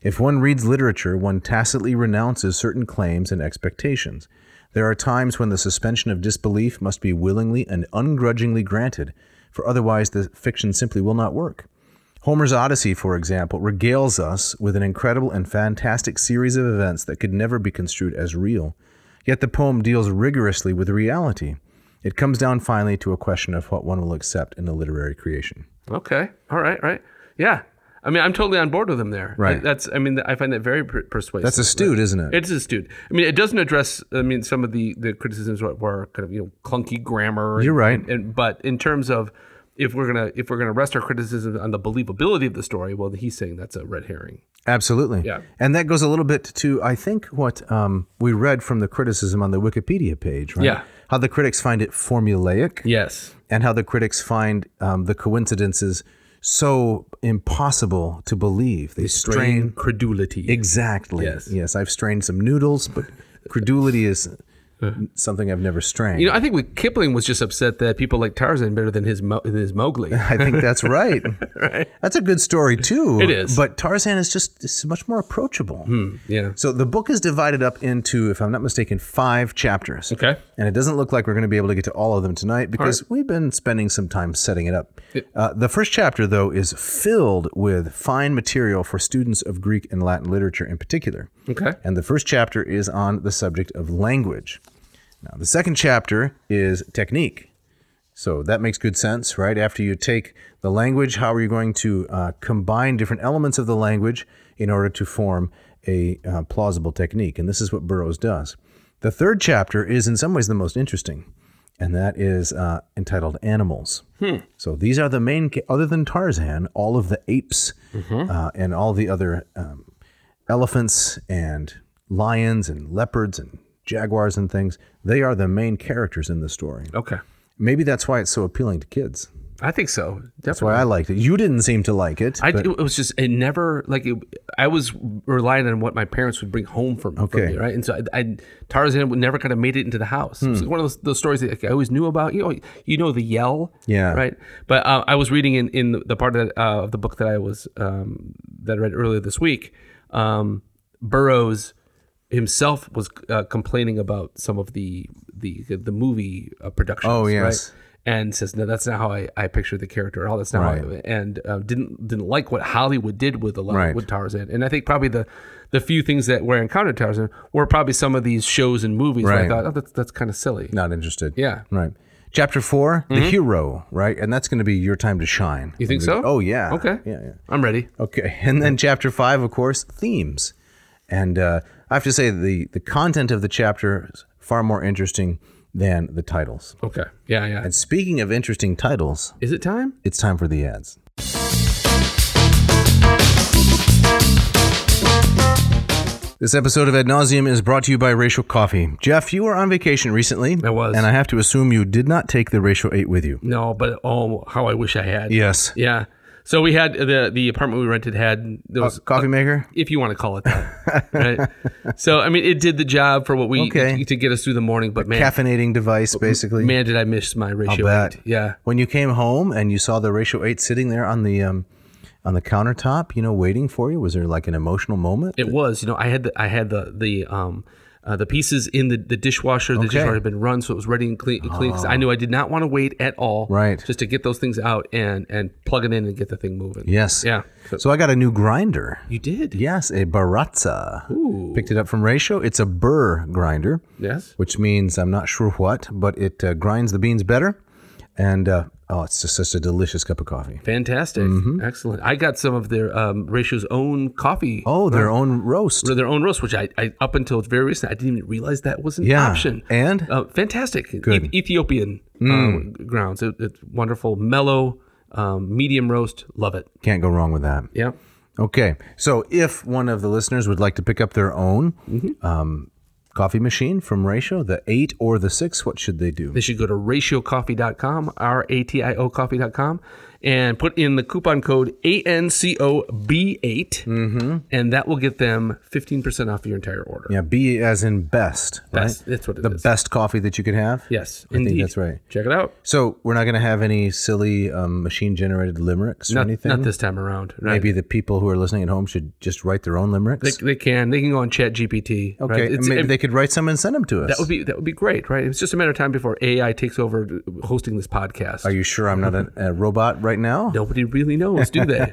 Speaker 2: If one reads literature, one tacitly renounces certain claims and expectations. There are times when the suspension of disbelief must be willingly and ungrudgingly granted, for otherwise the fiction simply will not work. Homer's Odyssey, for example, regales us with an incredible and fantastic series of events that could never be construed as real. Yet the poem deals rigorously with reality. It comes down finally to a question of what one will accept in a literary creation.
Speaker 1: Okay. All right. Right. Yeah. I mean, I'm totally on board with him there.
Speaker 2: Right.
Speaker 1: That's. I mean, I find that very per- persuasive.
Speaker 2: That's astute, isn't it?
Speaker 1: It's astute. I mean, it doesn't address. I mean, some of the the criticisms were, were kind of you know clunky grammar. and-
Speaker 2: You're right.
Speaker 1: And, and- but in terms of if we're gonna if we're gonna rest our criticism on the believability of the story, well, he's saying that's a red herring.
Speaker 2: Absolutely.
Speaker 1: Yeah.
Speaker 2: And that goes a little bit to, I think, what um, we read from the criticism on the Wikipedia page, right?
Speaker 1: Yeah.
Speaker 2: How the critics find it formulaic
Speaker 1: Yes.
Speaker 2: and how the critics find um, the coincidences so impossible to believe. They strain
Speaker 1: credulity.
Speaker 2: Exactly.
Speaker 1: Yes.
Speaker 2: Yes, I've strained some noodles, but credulity is
Speaker 1: Uh.
Speaker 2: something I've never strained.
Speaker 1: You know, I think with Kipling was just upset that people like Tarzan better than his Mo- than his Mowgli.
Speaker 2: I think that's right. That's a good story too.
Speaker 1: It is. Hmm.
Speaker 2: But Tarzan is just it's much more approachable.
Speaker 1: yeah.
Speaker 2: So the book is divided up into, if I'm not mistaken, five chapters.
Speaker 1: Okay.
Speaker 2: And it doesn't look like we're going to be able to get to all of them tonight because we've been spending some time setting it up. Uh, the first chapter, though, is filled with fine material for students of Greek and Latin literature in particular.
Speaker 1: Okay.
Speaker 2: And the first chapter is on the subject of language. Now, the second chapter is technique. So that makes good sense, right? After you take the language, how are you going to uh, combine different elements of the language in order to form a uh, plausible technique? And this is what Burroughs does. The third chapter is, in some ways, the most interesting, and that is uh, entitled Animals. So these are the main, ca- other than Tarzan, all of the apes uh, and all the other um, elephants and lions and leopards and jaguars and things, they are the main characters in the story.
Speaker 1: Okay.
Speaker 2: Maybe that's why it's so appealing to kids.
Speaker 1: I think so.
Speaker 2: That's why I liked it. You didn't seem to like it.
Speaker 1: I,
Speaker 2: but-
Speaker 1: it was just it never like it, I was relying on what my parents would bring home from, from
Speaker 2: Okay.
Speaker 1: me, right? And so I, I Tarzan would never kind of made it into the house. It
Speaker 2: Hmm.
Speaker 1: was one of those, those stories that like, I always knew about. You know, you know the yell,
Speaker 2: Yeah.
Speaker 1: right? But uh, I was reading in, in the part of, that, uh, of the book that I was um, that I read earlier this week. Um, Burroughs himself was uh, complaining about some of the the the movie uh, productions.
Speaker 2: Oh,
Speaker 1: right?
Speaker 2: yes.
Speaker 1: and says no that's not how i, I pictured the character at all that's not how I, and uh, didn't didn't like what hollywood did with the Lo-
Speaker 2: Right.
Speaker 1: with tarzan and i think probably the the few things that were encountered tarzan were probably some of these shows and movies where i
Speaker 2: Right.
Speaker 1: thought oh that's, that's kind of silly
Speaker 2: Not interested.
Speaker 1: yeah Mm-hmm.
Speaker 2: Right. Chapter 4 the hero, right? And that's going to be your time to shine.
Speaker 1: you think so
Speaker 2: Oh, yeah.
Speaker 1: okay
Speaker 2: Yeah, yeah.
Speaker 1: i'm ready
Speaker 2: Okay, and then chapter five, of course, themes, and uh, I have to say the the content of the chapter is far more interesting than the titles.
Speaker 1: okay yeah yeah
Speaker 2: And speaking of interesting titles,
Speaker 1: is it time
Speaker 2: it's time for the ads. This episode of Ad Nauseum is brought to you by Racial Coffee. Jeff, you were on vacation recently.
Speaker 1: I was.
Speaker 2: and I have to assume you did not take the Racial Eight with you.
Speaker 1: no but oh how i wish i had
Speaker 2: Yes,
Speaker 1: yeah so we had uh, the the apartment we rented
Speaker 2: Oh,
Speaker 1: had there was
Speaker 2: coffee maker.
Speaker 1: if you want to call it that right so i mean it did the job for what we
Speaker 2: Okay.
Speaker 1: to get us through the morning but man
Speaker 2: Caffeinating device, basically.
Speaker 1: Man, did I miss my ratio
Speaker 2: bet.
Speaker 1: eight. Yeah.
Speaker 2: when you came home and you saw the ratio eight sitting there on the um, on the countertop, you know, waiting for you, was there like an emotional moment?
Speaker 1: It was, you know, I had the I had the the um uh, the pieces in the, the dishwasher. The dishwasher had been run, so it was ready and clean. clean 'cause I knew I did not want to wait at all,
Speaker 2: Oh. Right.
Speaker 1: Just to get those things out and and plug it in and get the thing moving.
Speaker 2: yes.
Speaker 1: Yeah.
Speaker 2: So I got a new grinder.
Speaker 1: You did.
Speaker 2: Yes, a baratza.
Speaker 1: Ooh.
Speaker 2: Picked it up from Ratio. It's a burr grinder,
Speaker 1: Yes.
Speaker 2: which means I'm not sure what, but it uh, grinds the beans better. And uh, oh, it's just such a delicious cup of coffee.
Speaker 1: Fantastic.
Speaker 2: Mm-hmm.
Speaker 1: Excellent. I got some of their um, ratio's own coffee.
Speaker 2: Oh, their own roast.
Speaker 1: Their own roast, which I, I up until very recent, I didn't even realize that was an
Speaker 2: Yeah.
Speaker 1: option.
Speaker 2: And
Speaker 1: Uh, fantastic.
Speaker 2: Good. Mm.
Speaker 1: E- Ethiopian um, grounds. It, it's wonderful. Mellow, um, medium roast. Love it.
Speaker 2: can't go wrong with that.
Speaker 1: Yeah.
Speaker 2: Okay. So if one of the listeners would like to pick up their own
Speaker 1: Mm-hmm.
Speaker 2: um, coffee machine from Ratio, the eight or the six, what should they do?
Speaker 1: They should go to ratiocoffee.com, R A T I O coffee.com, and put in the coupon code ANCOB8, and that will get them 15% off your entire order.
Speaker 2: Mm-hmm. Yeah, B as in best, right?
Speaker 1: That's, that's what it is.
Speaker 2: the best coffee that you could have.
Speaker 1: Yes.
Speaker 2: I think
Speaker 1: indeed.
Speaker 2: that's right.
Speaker 1: Check it out.
Speaker 2: So we're not going to have any silly um, machine-generated limericks or
Speaker 1: Not,
Speaker 2: anything.
Speaker 1: not this time around. Right?
Speaker 2: Maybe the people who are listening at home should just write their own limericks.
Speaker 1: They, they can. They can go on Chat GPT.
Speaker 2: okay, and maybe they could write some and send them to us.
Speaker 1: That would be that would be great, right? It's just a matter of time before AI takes over hosting this podcast.
Speaker 2: are you sure I'm not a, a robot right now?
Speaker 1: Nobody really knows, do they?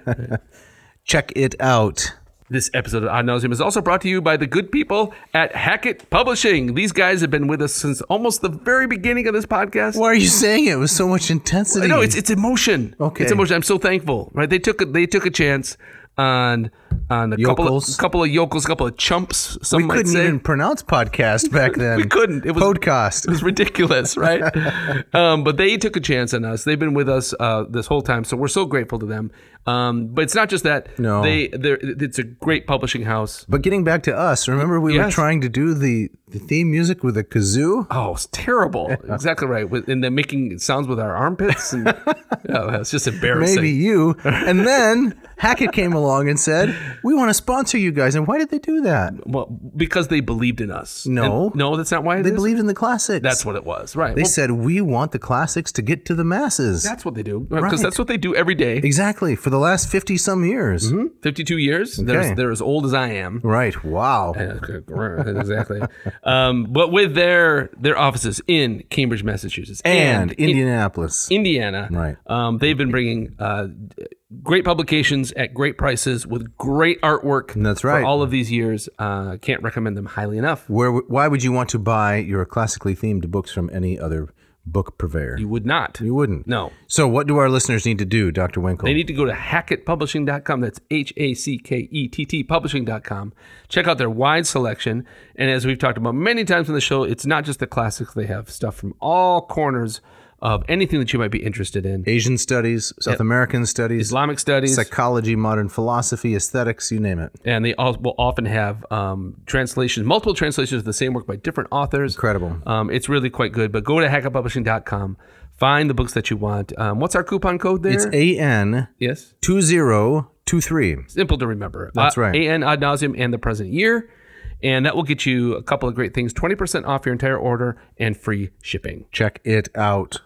Speaker 2: Check it out.
Speaker 1: this episode of Odd Nauseam is also brought to you by the good people at Hackett Publishing. These guys have been with us since almost the very beginning of this podcast.
Speaker 2: Why are you saying it with so much intensity?
Speaker 1: No, it's it's emotion.
Speaker 2: Okay.
Speaker 1: it's emotion. I'm so thankful. Right? They took a, they took a chance on on a couple
Speaker 2: Yokels.
Speaker 1: of, couple of yokels, a couple of chumps. Some
Speaker 2: We
Speaker 1: might
Speaker 2: couldn't
Speaker 1: say.
Speaker 2: even pronounce podcast back then.
Speaker 1: We couldn't. It was- It
Speaker 2: podcast.
Speaker 1: was ridiculous, right? um, but they took a chance on us. They've been with us uh, this whole time, so we're so grateful to them. Um, but it's not just that.
Speaker 2: No.
Speaker 1: they they're, it's a great publishing house.
Speaker 2: But getting back to us, remember we were
Speaker 1: Yes.
Speaker 2: trying to do the, the theme music with a kazoo?
Speaker 1: Oh, it's terrible. exactly right. With, and then making sounds with our armpits. And, oh, it's just embarrassing.
Speaker 2: Maybe you. And then Hackett came along and said, We want to sponsor you guys. And why did they do that?
Speaker 1: Well, because they believed in us.
Speaker 2: No.
Speaker 1: And- no, that's not why it
Speaker 2: They
Speaker 1: is?
Speaker 2: believed in the classics.
Speaker 1: That's what it was, right?
Speaker 2: they
Speaker 1: Well,
Speaker 2: said, We want the classics to get to the masses.
Speaker 1: that's what they do because
Speaker 2: Right.
Speaker 1: that's what they do every day.
Speaker 2: exactly. For the last 50 some years.
Speaker 1: Fifty-two years. They're,
Speaker 2: Okay.
Speaker 1: they're as old as I am.
Speaker 2: Right. Wow.
Speaker 1: Yeah, exactly. um, but with their their offices in Cambridge, Massachusetts,
Speaker 2: And,
Speaker 1: in
Speaker 2: Indianapolis.
Speaker 1: Indiana,
Speaker 2: Right.
Speaker 1: Um, they've been bringing uh, great publications at great prices with great artwork.
Speaker 2: That's right.
Speaker 1: For all of these years, uh, can't recommend them highly enough.
Speaker 2: Where, why would you want to buy your classically themed books from any other book purveyor.
Speaker 1: You would not.
Speaker 2: You wouldn't.
Speaker 1: No.
Speaker 2: So, what do our listeners need to do, Dr. Winkle?
Speaker 1: They need to go to hackettpublishing.com. That's H A C K E T T publishing.com. Check out their wide selection. And as we've talked about many times on the show, it's not just the classics, they have stuff from all corners of anything that you might be interested in
Speaker 2: Asian studies, South American studies,
Speaker 1: Islamic studies.
Speaker 2: psychology, modern philosophy, aesthetics, you name it.
Speaker 1: and they all, will often have um, translations, multiple translations of the same work by different authors.
Speaker 2: Incredible.
Speaker 1: Um, it's really quite good. But go to hackettpublishing.com. Find the books that you want. Um, what's our coupon code there?
Speaker 2: It's AN
Speaker 1: yes.
Speaker 2: 2023.
Speaker 1: simple to remember.
Speaker 2: That's
Speaker 1: Uh,
Speaker 2: right.
Speaker 1: AN ad nauseum and the present year. And that will get you a couple of great things 20% off your entire order and free shipping.
Speaker 2: Check it out.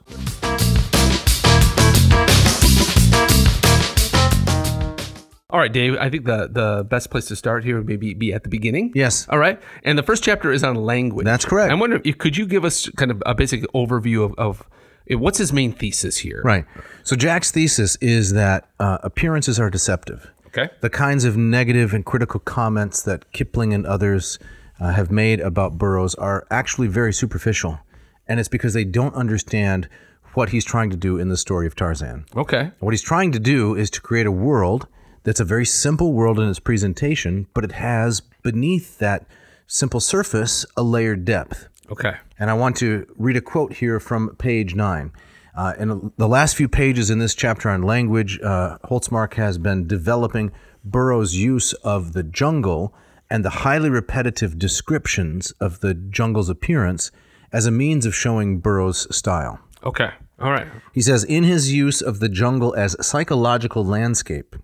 Speaker 1: All right, Dave, I think the, the best place to start here would maybe be at the beginning.
Speaker 2: Yes.
Speaker 1: All right. And the first chapter is on language.
Speaker 2: That's correct.
Speaker 1: I'm wondering, if, could you give us kind of a basic overview of, of eh, what's his main thesis here?
Speaker 2: Right. So, Jack's thesis is that uh, appearances are deceptive.
Speaker 1: Okay.
Speaker 2: The kinds of negative and critical comments that Kipling and others uh, have made about Burroughs are actually very superficial. And it's because they don't understand what he's trying to do in the story of Tarzan.
Speaker 1: Okay.
Speaker 2: What he's trying to do is to create a world that's a very simple world in its presentation, but it has beneath that simple surface a layered depth.
Speaker 1: Okay.
Speaker 2: And I want to read a quote here from page nine. Uh, in the last few pages in this chapter on language, uh, Holtzmark has been developing Burroughs' use of the jungle and the highly repetitive descriptions of the jungle's appearance as a means of showing Burroughs' style.
Speaker 1: Okay. All right.
Speaker 2: He says, in his use of the jungle as psychological landscape,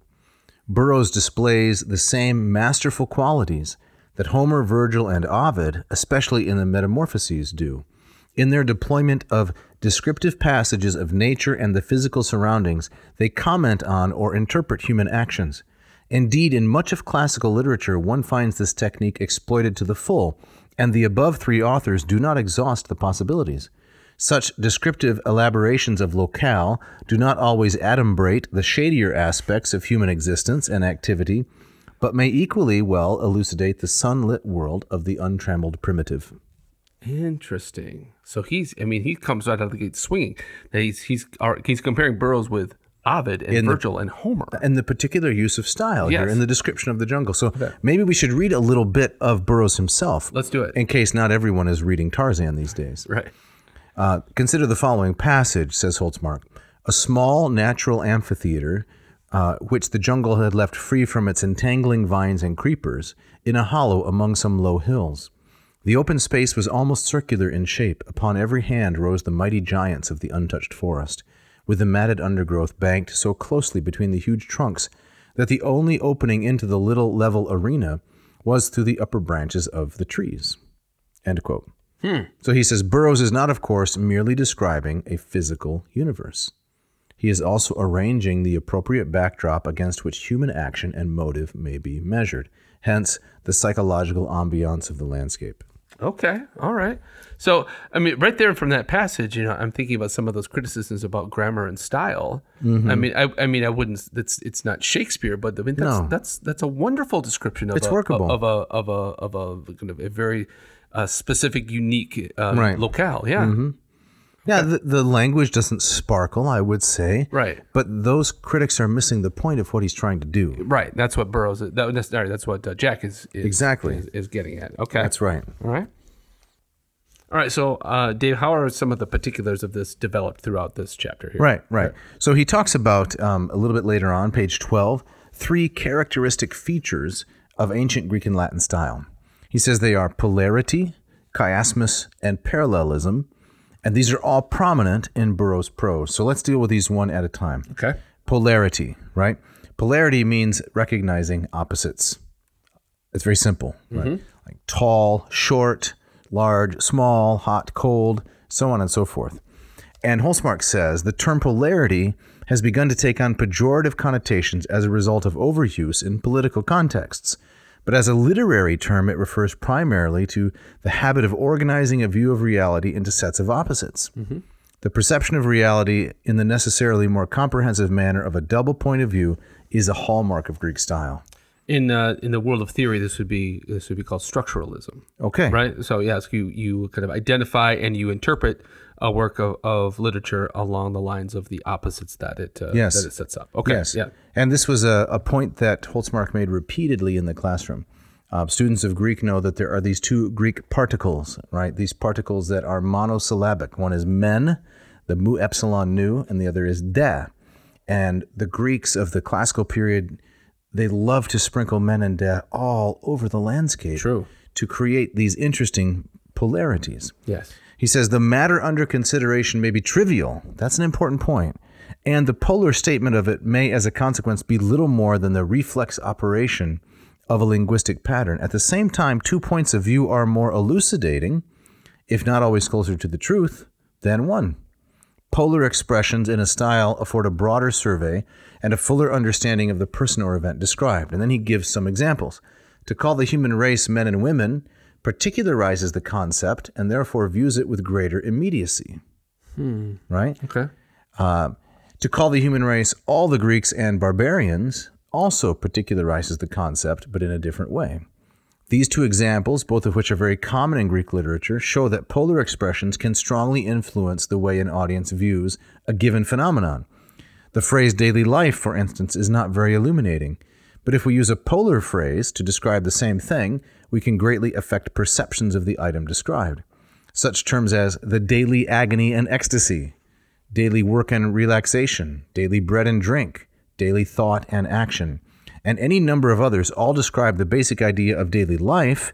Speaker 2: Burroughs displays the same masterful qualities that Homer, Virgil, and Ovid, especially in the Metamorphoses, do in their deployment of descriptive passages of nature and the physical surroundings, they comment on or interpret human actions. Indeed, in much of classical literature, one finds this technique exploited to the full, and the above three authors do not exhaust the possibilities. Such descriptive elaborations of locale do not always adumbrate the shadier aspects of human existence and activity, but may equally well elucidate the sunlit world of the untrammeled primitive.
Speaker 1: Interesting. So he's, I mean, he comes right out of the gate swinging. Now He's he's are- he's comparing Burroughs with Ovid and
Speaker 2: In the-
Speaker 1: Virgil and Homer.
Speaker 2: and the particular use of style here
Speaker 1: Yes.
Speaker 2: in the description of the jungle. So maybe we should read a little bit of Burroughs himself.
Speaker 1: Let's do it.
Speaker 2: In case not everyone is reading Tarzan these days.
Speaker 1: Right.
Speaker 2: Uh, consider the following passage, says Holtzmark. A small natural amphitheater, uh, which the jungle had left free from its entangling vines and creepers, in a hollow among some low hills. The open space was almost circular in shape. Upon every hand rose the mighty giants of the untouched forest, with the matted undergrowth banked so closely between the huge trunks that the only opening into the little level arena was through the upper branches of the trees. End quote. So he says Burroughs is not, of course, merely describing a physical universe. He is also arranging the appropriate backdrop against which human action and motive may be measured, hence the psychological ambiance of the landscape.
Speaker 1: Okay. All right. So, I mean, right there from that passage, you know, I'm thinking about some of those criticisms about grammar and style. I
Speaker 2: Mm-hmm.
Speaker 1: mean, I, I mean, I wouldn't. That's it's not Shakespeare, but I mean, that's
Speaker 2: No.
Speaker 1: that's that's a wonderful description of
Speaker 2: It's
Speaker 1: a,
Speaker 2: workable.
Speaker 1: of a of a of a kind of a very uh, specific, unique uh,
Speaker 2: Right. Mm-hmm.
Speaker 1: locale. Yeah.
Speaker 2: Yeah, the, the language doesn't sparkle, I would say.
Speaker 1: Right.
Speaker 2: But those critics are missing the point of what he's trying to do.
Speaker 1: Right. That's what Burroughs. That, that's, sorry, that's what uh, Jack is, is
Speaker 2: Exactly.
Speaker 1: is, is getting at. Okay.
Speaker 2: That's right.
Speaker 1: All right. All right. So, uh, Dave, how are some of the particulars of this developed throughout this chapter here?
Speaker 2: Right, right. So he talks about um, a little bit later on, page 12, three characteristic features of ancient Greek and Latin style. He says they are polarity, chiasmus, and parallelism, and these are all prominent in Burroughs' prose. So let's deal with these one at a time.
Speaker 1: Okay.
Speaker 2: Polarity, right? Polarity means recognizing opposites. It's very simple. Right?
Speaker 1: Mm-hmm.
Speaker 2: Like tall, short, large, small, hot, cold, so on and so forth. And Holzmark says the term polarity has begun to take on pejorative connotations as a result of overuse in political contexts. But as a literary term, it refers primarily to the habit of organizing a view of reality into sets of opposites. The perception of reality in the necessarily more comprehensive manner of a double point of view is a hallmark of Greek style.
Speaker 1: in uh, in the world of theory, this would be this would be called structuralism,
Speaker 2: Okay.
Speaker 1: right? So yes, you you kind of identify and you interpret a work of, of literature along the lines of the opposites that it uh,
Speaker 2: Yes.
Speaker 1: that it sets up. Okay.
Speaker 2: Yes.
Speaker 1: Yeah.
Speaker 2: And this was a, a point that Holtzmark made repeatedly in the classroom. Uh, students of Greek know that there are these two Greek particles, right? These particles that are monosyllabic. One is men, the mu epsilon nu, and the other is de. And the Greeks of the classical period, they love to sprinkle men and de all over the landscape
Speaker 1: True.
Speaker 2: to create these interesting polarities.
Speaker 1: Yes.
Speaker 2: He says the matter under consideration may be trivial. That's an important point. And the polar statement of it may, as a consequence, be little more than the reflex operation of a linguistic pattern. At the same time, two points of view are more elucidating, if not always closer to the truth, than one. Polar expressions in a style afford a broader survey and a fuller understanding of the person or event described. And then he gives some examples. To call the human race men and women particularizes the concept and therefore views it with greater immediacy. Right?
Speaker 1: Okay.
Speaker 2: To call the human race all the Greeks and barbarians also particularizes the concept, but in a different way. These two examples, both of which are very common in Greek literature, show that polar expressions can strongly influence the way an audience views a given phenomenon. The phrase daily life, for instance, is not very illuminating, but if we use a polar phrase to describe the same thing, we can greatly affect perceptions of the item described. Such terms as the daily agony and ecstasy, daily work and relaxation, daily bread and drink, daily thought and action, and any number of others all describe the basic idea of daily life,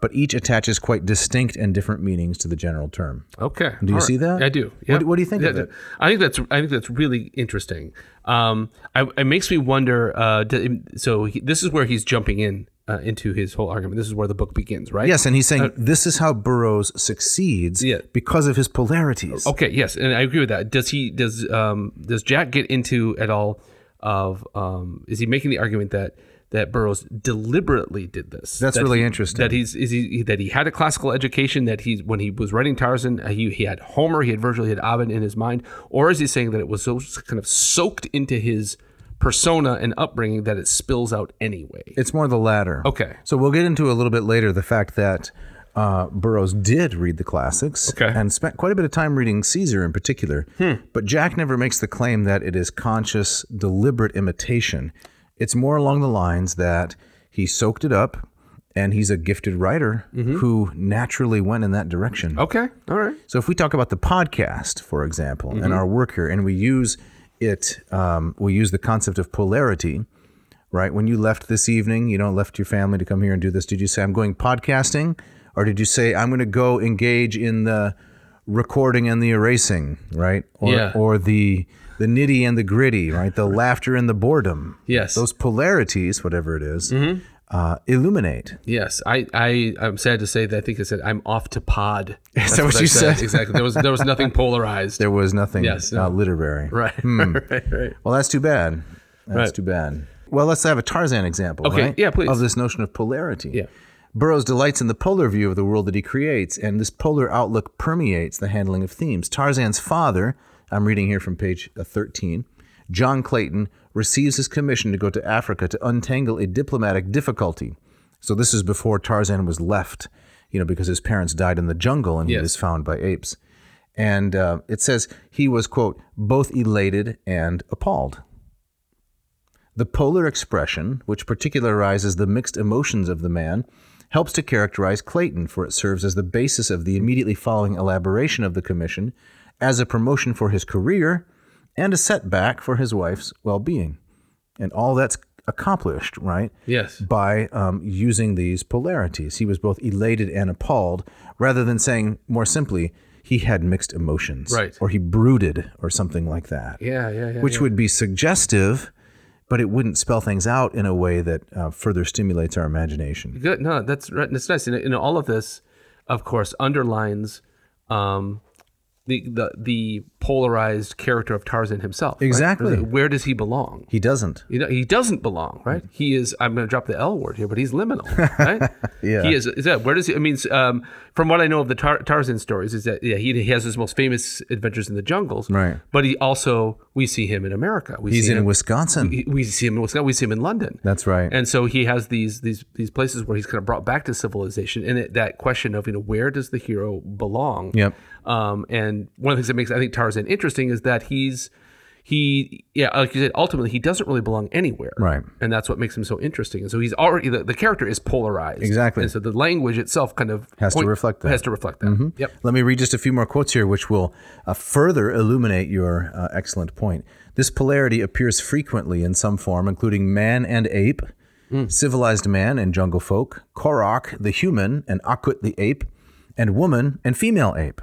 Speaker 2: but each attaches quite distinct and different meanings to the general term.
Speaker 1: Okay.
Speaker 2: you
Speaker 1: all
Speaker 2: see that?
Speaker 1: I do.
Speaker 2: What- what do you think of
Speaker 1: Yeah,
Speaker 2: it?
Speaker 1: I think that's I think that's really interesting. Um, I, it makes me wonder. Uh, d- so he, this is where he's jumping in uh, into his whole argument. This is where the book begins, right?
Speaker 2: Yes, and he's saying this is how Burroughs succeeds
Speaker 1: uh, Yeah. Oh,
Speaker 2: because of his polarities.
Speaker 1: Okay, yes, and I agree with that. Does he does um does Jack get into at all of um is he making the argument that that Burroughs deliberately did this?
Speaker 2: That's
Speaker 1: That
Speaker 2: really
Speaker 1: he-
Speaker 2: interesting.
Speaker 1: That he's is he that he had a classical education that he when he was writing Tarzan uh, he he had Homer he had Virgil he had Ovid in his mind, or is he saying that it was so kind of soaked into his persona and upbringing that it spills out anyway?
Speaker 2: It's more the latter.
Speaker 1: Okay.
Speaker 2: So we'll get into a little bit later the fact that uh, Burroughs did read the classics
Speaker 1: Okay. Hmm.
Speaker 2: and spent quite a bit of time reading Caesar in particular. But Jack never makes the claim that it is conscious, deliberate imitation. It's more along the lines that he soaked it up and he's a gifted writer
Speaker 1: Mm-hmm.
Speaker 2: who naturally went in that direction.
Speaker 1: Okay, all right.
Speaker 2: So if we talk about the podcast, for example,
Speaker 1: Mm-hmm.
Speaker 2: and our work here, and we use it, um, we use the concept of polarity, right? When you left this evening, you know, left your family to come here and do this. Did you say I'm going podcasting, or did you say I'm going to go engage in the recording and the erasing, right? Or,
Speaker 1: Yeah.
Speaker 2: Or the the nitty and the gritty, right? The laughter and the boredom.
Speaker 1: Yes. Mm-hmm.
Speaker 2: Those polarities, whatever it is, uh, illuminate.
Speaker 1: Yes, I, I, I'm sad to say that I think I said I'm off to pod. That's
Speaker 2: that what
Speaker 1: I
Speaker 2: you said?
Speaker 1: Exactly. There was there was nothing polarized.
Speaker 2: There Hmm. was nothing
Speaker 1: Yes,
Speaker 2: uh, literary.
Speaker 1: Right. right. Right.
Speaker 2: Well, that's too bad. That's
Speaker 1: Right.
Speaker 2: too bad. Well, let's have a Tarzan example,
Speaker 1: Okay,
Speaker 2: right?
Speaker 1: yeah, please.
Speaker 2: Of this notion of polarity.
Speaker 1: Yeah.
Speaker 2: Burroughs delights in the polar view of the world that he creates, and this polar outlook permeates the handling of themes. Tarzan's father, I'm reading here from page uh, 13, John Clayton receives his commission to go to Africa to untangle a diplomatic difficulty. So this is before Tarzan was left, you know, because his parents died in the jungle and he
Speaker 1: Yes.
Speaker 2: was found by apes. And uh, it says he was, quote, both elated and appalled. The polar expression, which particularizes the mixed emotions of the man, helps to characterize Clayton, for it serves as the basis of the immediately following elaboration of the commission as a promotion for his career and a setback for his wife's well being. And all that's accomplished, right?
Speaker 1: Yes.
Speaker 2: by um, using these polarities. He was both elated and appalled, rather than saying more simply, he had mixed emotions,
Speaker 1: Right.
Speaker 2: Or he brooded, or something like that,
Speaker 1: Yeah. Yeah. Yeah.
Speaker 2: which
Speaker 1: yeah.
Speaker 2: would be suggestive, but it wouldn't spell things out in a way that uh, further stimulates our imagination.
Speaker 1: good. No, that's right. That's nice. And, and all of this, of course, underlines um, the the the polarized character of Tarzan himself. right?
Speaker 2: Exactly.
Speaker 1: Where does he belong?
Speaker 2: He doesn't.
Speaker 1: You know, he doesn't belong, right? He is. I'm going to drop the L word here, but he's liminal, right?
Speaker 2: Yeah.
Speaker 1: He is. Is that where does he? I mean, um, from what I know of the tar- Tarzan stories, is that yeah, he, he has his most famous adventures in the jungles,
Speaker 2: Right.
Speaker 1: But he also we see him in America. We
Speaker 2: He's
Speaker 1: see
Speaker 2: in
Speaker 1: him,
Speaker 2: Wisconsin.
Speaker 1: he- we see him in Wisconsin. We see him in London.
Speaker 2: That's right.
Speaker 1: And so he has these these these places where he's kind of brought back to civilization, and it, that question of you know where does the hero belong?
Speaker 2: Yep.
Speaker 1: Um, and one of the things that makes I think Tarzan interesting is that he's he yeah like you said ultimately he doesn't really belong anywhere
Speaker 2: Right.
Speaker 1: and that's what makes him so interesting and so he's already the, the character is polarized
Speaker 2: Exactly.
Speaker 1: and so the language itself kind of
Speaker 2: Has to reflect that. Mm-hmm.
Speaker 1: has to reflect that yep
Speaker 2: Let me read just a few more quotes here, which will uh, further illuminate your uh, excellent point. This polarity appears frequently in some form, including man and ape, civilized man and jungle folk, Korok the human and Akut the ape, and woman and female ape.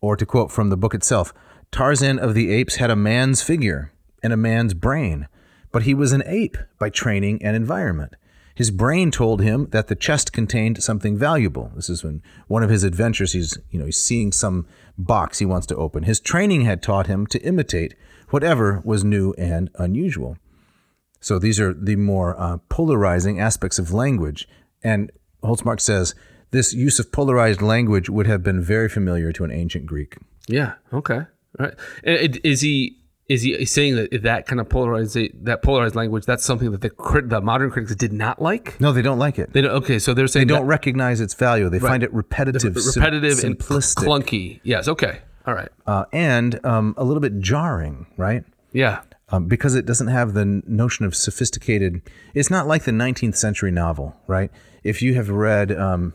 Speaker 2: Or to quote from the book itself, Tarzan of the Apes had a man's figure and a man's brain, but he was an ape by training and environment. His brain told him that the chest contained something valuable. This is when one of his adventures he's, you know, he's seeing some box he wants to open. His training had taught him to imitate whatever was new and unusual. So these are the more uh, polarizing aspects of language. And Holtzmark says this use of polarized language would have been very familiar to an ancient Greek.
Speaker 1: yeah okay all right and it- is he is he saying that that kind of polarized that polarized language that's something that the crit, the modern critics did not like
Speaker 2: No, they don't like it. They
Speaker 1: they don't, okay so they're saying
Speaker 2: don't
Speaker 1: that-
Speaker 2: recognize its value. They find it repetitive, sim-
Speaker 1: repetitive and cl-
Speaker 2: simplistic,
Speaker 1: clunky yes okay all right
Speaker 2: uh, and um, a little bit jarring, right?
Speaker 1: yeah
Speaker 2: Um, because it doesn't have the n- notion of sophisticated. It's not like the 19th century novel, right? If you have read um,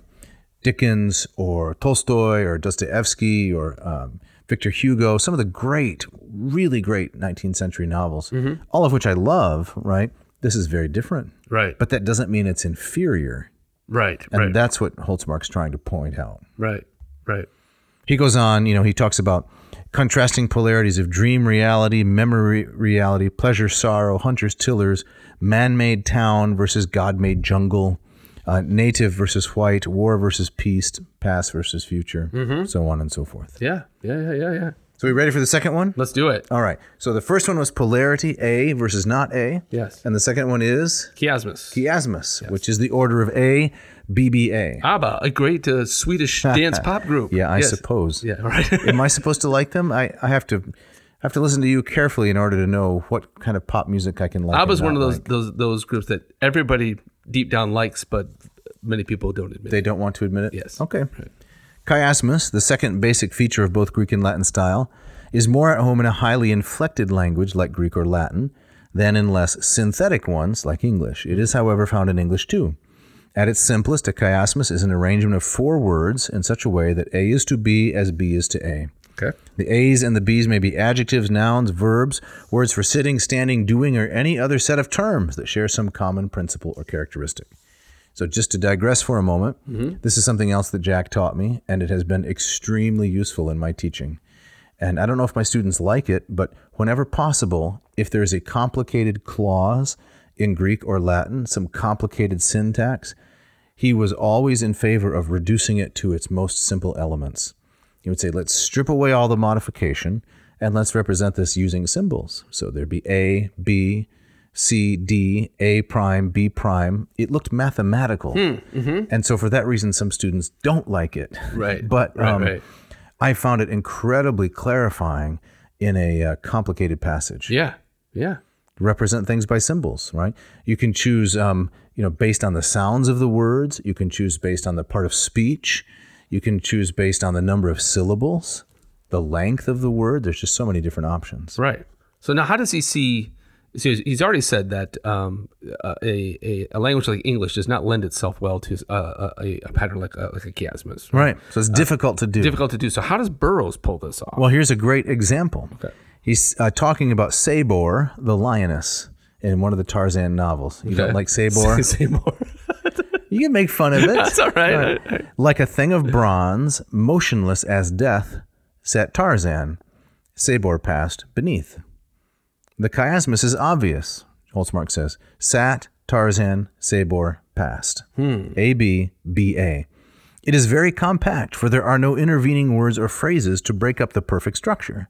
Speaker 2: Dickens or Tolstoy or Dostoevsky or um, Victor Hugo, some of the great, really great 19th century novels,
Speaker 1: Mm-hmm.
Speaker 2: all of which I love, right? This is very different.
Speaker 1: right
Speaker 2: But that doesn't mean it's inferior.
Speaker 1: right
Speaker 2: And
Speaker 1: right
Speaker 2: that's what Holtzmark's trying to point out.
Speaker 1: right right
Speaker 2: He goes on, you know, he talks about contrasting polarities of dream reality, memory reality, pleasure, sorrow, hunters, tillers, man made town versus God made jungle, uh, native versus white, war versus peace, past versus future,
Speaker 1: Mm-hmm.
Speaker 2: so on and so forth.
Speaker 1: yeah yeah yeah yeah yeah
Speaker 2: So, we ready for the second one?
Speaker 1: let's do it
Speaker 2: All right. So, the first one was polarity A versus not A.
Speaker 1: yes
Speaker 2: And the second one is
Speaker 1: chiasmus
Speaker 2: chiasmus, which is the order of A, BBA.
Speaker 1: ABBA, a great uh, Swedish dance pop group.
Speaker 2: Yeah, I
Speaker 1: Yes.
Speaker 2: suppose.
Speaker 1: Yeah, all right.
Speaker 2: Am I supposed to like them? I, I have to I have to listen to you carefully in order to know what kind of pop music I can like.
Speaker 1: ABBA's
Speaker 2: and
Speaker 1: one
Speaker 2: not
Speaker 1: of those
Speaker 2: like.
Speaker 1: those those groups that everybody deep down likes, but many people don't admit.
Speaker 2: they don't want to admit it.
Speaker 1: Yes.
Speaker 2: Okay. Chiasmus, the second basic feature of both Greek and Latin style, is more at home in a highly inflected language like Greek or Latin than in less synthetic ones like English. It is, however, found in English too. At its simplest, a chiasmus is an arrangement of four words in such a way that A is to B as B is to A.
Speaker 1: okay.
Speaker 2: The A's and the B's may be adjectives, nouns, verbs, words for sitting, standing, doing, or any other set of terms that share some common principle or characteristic. So, just to digress for a moment, this is something else that Jack taught me, and it has been extremely useful in my teaching. And I don't know if my students like it, but whenever possible, if there is a complicated clause in Greek or Latin, some complicated syntax, he was always in favor of reducing it to its most simple elements. He would say, let's strip away all the modification and let's represent this using symbols. So there'd be A, B, C, D, A prime, B prime. It looked mathematical.
Speaker 1: Hmm,
Speaker 2: And so for that reason, some students don't like it.
Speaker 1: mm-hmm. Right.
Speaker 2: but
Speaker 1: Right,
Speaker 2: um,
Speaker 1: right.
Speaker 2: I found it incredibly clarifying in a uh, complicated passage
Speaker 1: Yeah. Yeah.
Speaker 2: represent things by symbols, right? You can choose, um, you know, based on the sounds of the words. You can choose based on the part of speech. You can choose based on the number of syllables, the length of the word. There's just so many different options.
Speaker 1: Right. So now, how does he see? So he's- he's already said that um, uh, a, a a language like English does not lend itself well to uh, a, a pattern like a, like a chiasmus.
Speaker 2: Right. So it's difficult to do.
Speaker 1: Uh, Difficult to do. So how does Burroughs pull this off?
Speaker 2: Well, here's a great example.
Speaker 1: Okay.
Speaker 2: He's uh, talking about Sabor, the lioness, in one of the Tarzan novels. You don't
Speaker 1: Okay.
Speaker 2: like Sabor?
Speaker 1: Say more.
Speaker 2: you can make fun of it.
Speaker 1: That's all right.
Speaker 2: Like a thing of bronze, motionless as death, sat Tarzan. Sabor passed beneath. The chiasmus is obvious, Holtzmark says. Sat, Tarzan, Sabor passed. A B B A. It is very compact, for there are no intervening words or phrases to break up the perfect structure.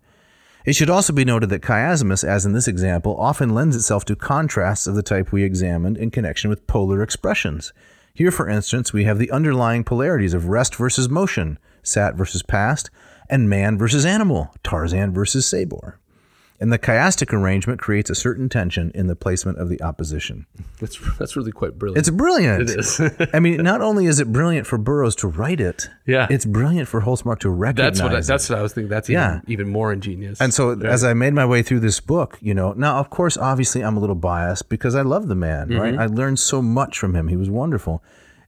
Speaker 2: It should also be noted that chiasmus, as in this example, often lends itself to contrasts of the type we examined in connection with polar expressions. Here, for instance, we have the underlying polarities of rest versus motion, sat versus past, and man versus animal, Tarzan versus Sabor. and the chiastic arrangement creates a certain tension in the placement of the opposition.
Speaker 1: That's that's really quite brilliant.
Speaker 2: It's brilliant.
Speaker 1: It is.
Speaker 2: I mean, not only is it brilliant for Burroughs to write it,
Speaker 1: Yeah.
Speaker 2: it's brilliant for Holzmark to recognize
Speaker 1: that's what I,
Speaker 2: it.
Speaker 1: that's what I was thinking. That's even,
Speaker 2: Yeah.
Speaker 1: even more ingenious.
Speaker 2: And so as I made my way through this book, you know, now of course obviously I'm a little biased because I love the man, right? I learned so much from him. He was wonderful.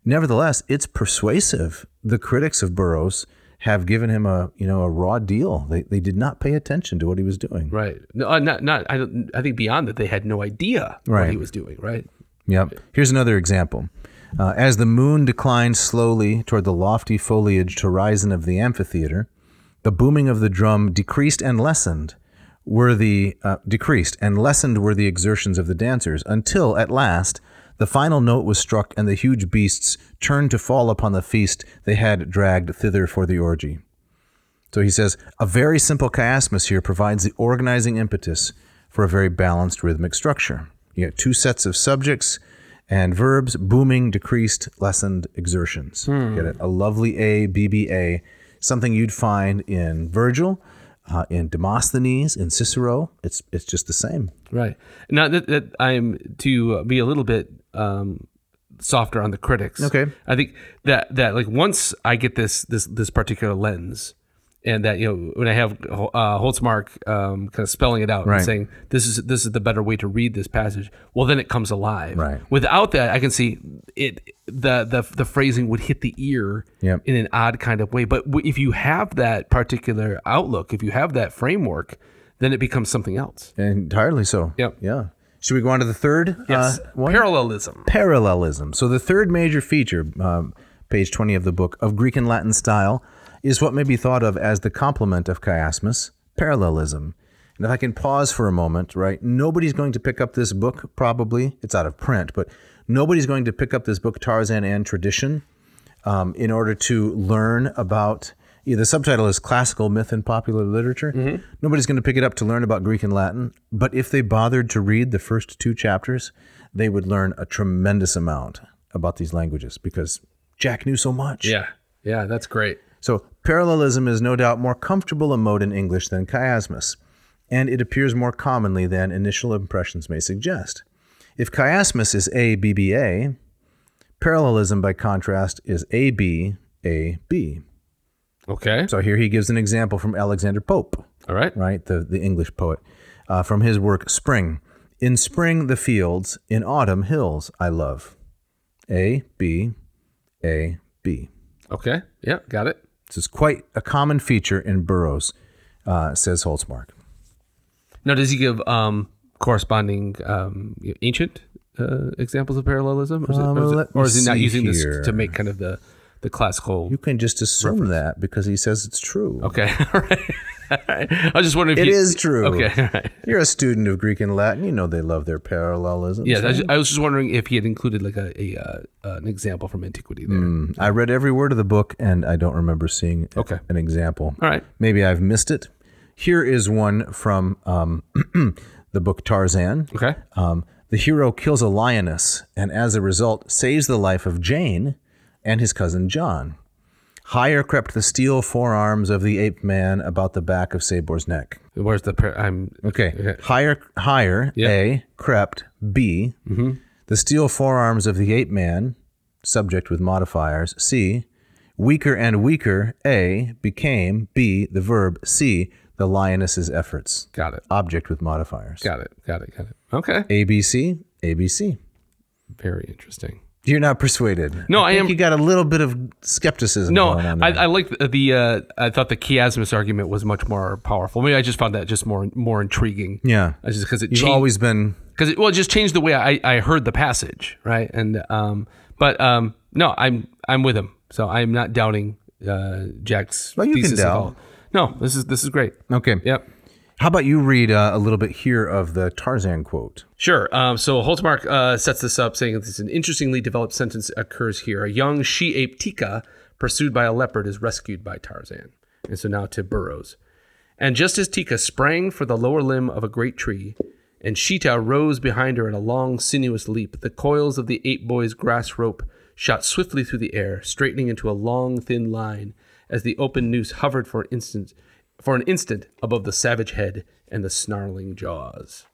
Speaker 2: Nevertheless, it's persuasive. The critics of Burroughs have given him a, you know, a raw deal. They they did not pay attention to what he was doing.
Speaker 1: right? No, uh, not not. I don't. I think beyond that, they had no idea
Speaker 2: Right.
Speaker 1: what he was doing. Right?
Speaker 2: Yep. Here's another example. Uh, as the moon declined slowly toward the lofty foliaged horizon of the amphitheater, the booming of the drum decreased and lessened were the uh, decreased and lessened were the exertions of the dancers until at last the final note was struck and the huge beasts turned to fall upon the feast they had dragged thither for the orgy. So he says, a very simple chiasmus here provides the organizing impetus for a very balanced rhythmic structure. You got two sets of subjects and verbs, booming, decreased, lessened exertions.
Speaker 1: Hmm.
Speaker 2: Get it? A lovely A, B, B, A, something you'd find in Virgil, uh, in Demosthenes, in Cicero. It's it's just the same.
Speaker 1: Right. Now that, that I'm to uh, be a little bit um, softer on the critics.
Speaker 2: Okay.
Speaker 1: I think that that like once I get this this this particular lens, and that you know when I have uh, Holtzmark um, kind of spelling it out
Speaker 2: Right.
Speaker 1: and saying this is this is the better way to read this passage. Well, then it comes alive.
Speaker 2: Right.
Speaker 1: Without that, I can see it. The the the phrasing would hit the ear
Speaker 2: Yep.
Speaker 1: in an odd kind of way. But w- if you have that particular outlook, if you have that framework, then it becomes something else.
Speaker 2: Entirely so.
Speaker 1: Yep.
Speaker 2: Yeah. Should we go on to the third?
Speaker 1: Yes.
Speaker 2: uh, one?
Speaker 1: Parallelism.
Speaker 2: parallelism. So the third major feature, um, page 20 of the book, of Greek and Latin style is what may be thought of as the complement of chiasmus, parallelism. And if I can pause for a moment, right? Nobody's going to pick up this book, probably. It's out of print, but nobody's going to pick up this book, Tarzan and Tradition, um, in order to learn about. Yeah, the subtitle is Classical Myth and Popular Literature. Nobody's going to pick it up to learn about Greek and Latin, but if they bothered to read the first two chapters, they would learn a tremendous amount about these languages because Jack knew so much.
Speaker 1: Yeah. Yeah, that's great.
Speaker 2: So parallelism is no doubt more comfortable a mode in English than chiasmus, and it appears more commonly than initial impressions may suggest. If chiasmus is ABBA, parallelism by contrast is ABAB.
Speaker 1: Okay.
Speaker 2: So here he gives an example from Alexander Pope
Speaker 1: All right.
Speaker 2: right? The, the English poet, uh, from his work Spring. In spring, the fields, in autumn, hills I love. A, B, A, B.
Speaker 1: Okay. Yeah, got it.
Speaker 2: This is quite a common feature in Burroughs, uh, says Holtzmark.
Speaker 1: Now, does he give um, corresponding um, ancient uh, examples of parallelism, or is,
Speaker 2: Um,
Speaker 1: it, or is, it-
Speaker 2: let
Speaker 1: or
Speaker 2: me
Speaker 1: is he not
Speaker 2: see
Speaker 1: using
Speaker 2: here.
Speaker 1: this to make kind of the the classical?
Speaker 2: You can just assume that because he says it's true.
Speaker 1: Okay. All right. All right. I was just wondering if
Speaker 2: It
Speaker 1: you-
Speaker 2: is true.
Speaker 1: Okay. All right.
Speaker 2: You're a student of Greek and Latin. You know they love their parallelisms.
Speaker 1: Yeah, I was, I was just wondering if he had included like a, a uh, an example from antiquity there.
Speaker 2: Mm, I read every word of the book and I don't remember seeing a-
Speaker 1: Okay.
Speaker 2: an example.
Speaker 1: All right.
Speaker 2: Maybe I've missed it. Here is one from um, the book Tarzan.
Speaker 1: Okay.
Speaker 2: Um, the hero kills a lioness and, as a result, saves the life of Jane and his cousin John. Higher crept the steel forearms of the ape man about the back of Sabor's neck.
Speaker 1: Where's the par- I'm
Speaker 2: Okay. Higher, higher,
Speaker 1: Yeah. Mm-hmm.
Speaker 2: A, crept, B, the steel forearms of the ape man, subject with modifiers, C, weaker and weaker, A, became, B, the verb, C, the lioness's efforts,
Speaker 1: got it.
Speaker 2: object with modifiers.
Speaker 1: Got it. Got it. Got it. Okay.
Speaker 2: ABC, ABC.
Speaker 1: Very interesting.
Speaker 2: You're not persuaded.
Speaker 1: No, I
Speaker 2: think
Speaker 1: am-
Speaker 2: You got a little bit of skepticism
Speaker 1: No,
Speaker 2: going on
Speaker 1: I,
Speaker 2: there.
Speaker 1: I like the, the uh, I thought the chiasmus argument was much more powerful. Maybe I just found that just more more intriguing.
Speaker 2: yeah.
Speaker 1: I just because it
Speaker 2: You've
Speaker 1: changed
Speaker 2: always been
Speaker 1: because it, well, it just changed the way I, I heard the passage, right? And um, but um, no, I'm I'm with him, so I'm not doubting uh, Jack's
Speaker 2: Well, you can
Speaker 1: thesis at
Speaker 2: doubt.
Speaker 1: all. No, this is this is great.
Speaker 2: okay.
Speaker 1: Yep.
Speaker 2: How about you read uh, a little bit here of the Tarzan quote?
Speaker 1: Sure. Um, so Holtzmark uh, sets this up saying this an interestingly developed sentence occurs here. A young she ape Tika, pursued by a leopard, is rescued by Tarzan. And so now to Burrows. And just as Tika sprang for the lower limb of a great tree, and Sheeta rose behind her in a long, sinuous leap, the coils of the ape boy's grass rope shot swiftly through the air, straightening into a long, thin line as the open noose hovered for an instant for an instant above the savage head and the snarling jaws.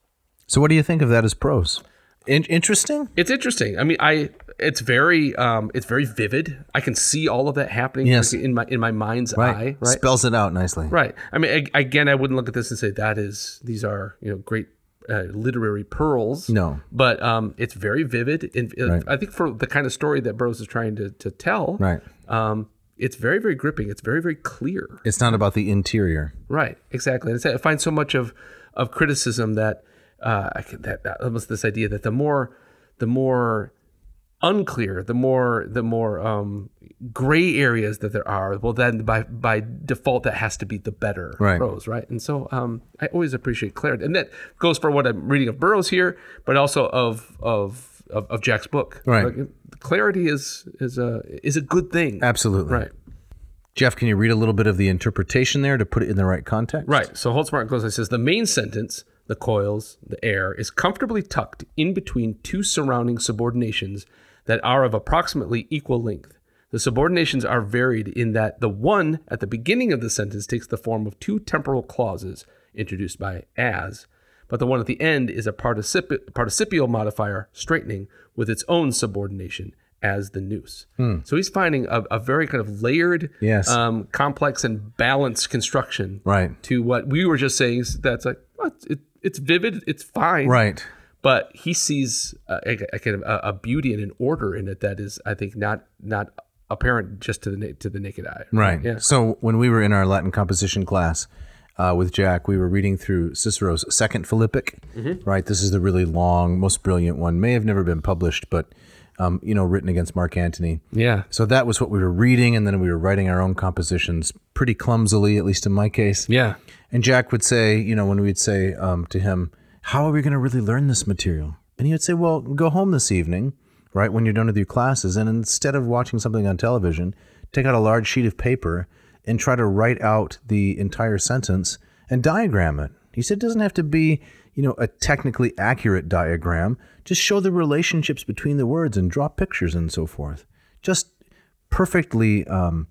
Speaker 2: So, what do you think of that as prose? In- interesting.
Speaker 1: It's interesting. I mean, I it's very um, it's very vivid. I can see all of that happening
Speaker 2: Yes.
Speaker 1: in my in my mind's eye. Right.
Speaker 2: Spells it out nicely.
Speaker 1: Right. I mean, ag- again, I wouldn't look at this and say that is these are you know great uh, literary pearls.
Speaker 2: No.
Speaker 1: but um, it's very vivid, and uh,
Speaker 2: Right.
Speaker 1: I think for the kind of story that Burroughs is trying to to tell,
Speaker 2: Right.
Speaker 1: Um, it's very very gripping. It's very very clear.
Speaker 2: It's not about the interior.
Speaker 1: Right. Exactly. And it's, I find so much of of criticism that uh, I can, that, that almost this idea that the more the more unclear, the more the more um, gray areas that there are, well, then by by default that has to be the better
Speaker 2: Right.
Speaker 1: prose, right? And so um, I always appreciate clarity, and that goes for what I'm reading of Burroughs here, but also of of of, of Jack's book.
Speaker 2: Right.
Speaker 1: Like, clarity is is a is a good thing.
Speaker 2: Absolutely.
Speaker 1: Right.
Speaker 2: Jeff, can you read a little bit of the interpretation there to put it in the right context?
Speaker 1: Right. So Holtzmark goes and says the main sentence, the coils, the air, is comfortably tucked in between two surrounding subordinations that are of approximately equal length. The subordinations are varied in that the one at the beginning of the sentence takes the form of two temporal clauses introduced by as, but the one at the end is a particip- participial modifier straightening with its own subordination as the noose. So he's finding a, a very kind of layered,
Speaker 2: Yes.
Speaker 1: um, complex, and balanced construction
Speaker 2: Right.
Speaker 1: to what we were just saying. That's like well, it's- it, it's vivid, it's fine,
Speaker 2: Right.
Speaker 1: But he sees uh, a, a kind of a, a beauty and an order in it that is, I think, not not apparent just to the na- to the naked eye.
Speaker 2: Right.
Speaker 1: Yeah.
Speaker 2: So when we were in our Latin composition class uh, with Jack, we were reading through Cicero's Second Philippic. Right. This is the really long, most brilliant one. May have never been published, but um, you know, written against Mark Antony.
Speaker 1: Yeah.
Speaker 2: So that was what we were reading, and then we were writing our own compositions pretty clumsily, at least in my case.
Speaker 1: Yeah.
Speaker 2: And Jack would say, you know, when we'd say um, to him, How are we going to really learn this material? And he would say, Well, go home this evening, right, when you're done with your classes. And instead of watching something on television, take out a large sheet of paper and try to write out the entire sentence and diagram it. He said, It doesn't have to be, you know, a technically accurate diagram. Just show the relationships between the words and draw pictures and so forth. Just perfectly um,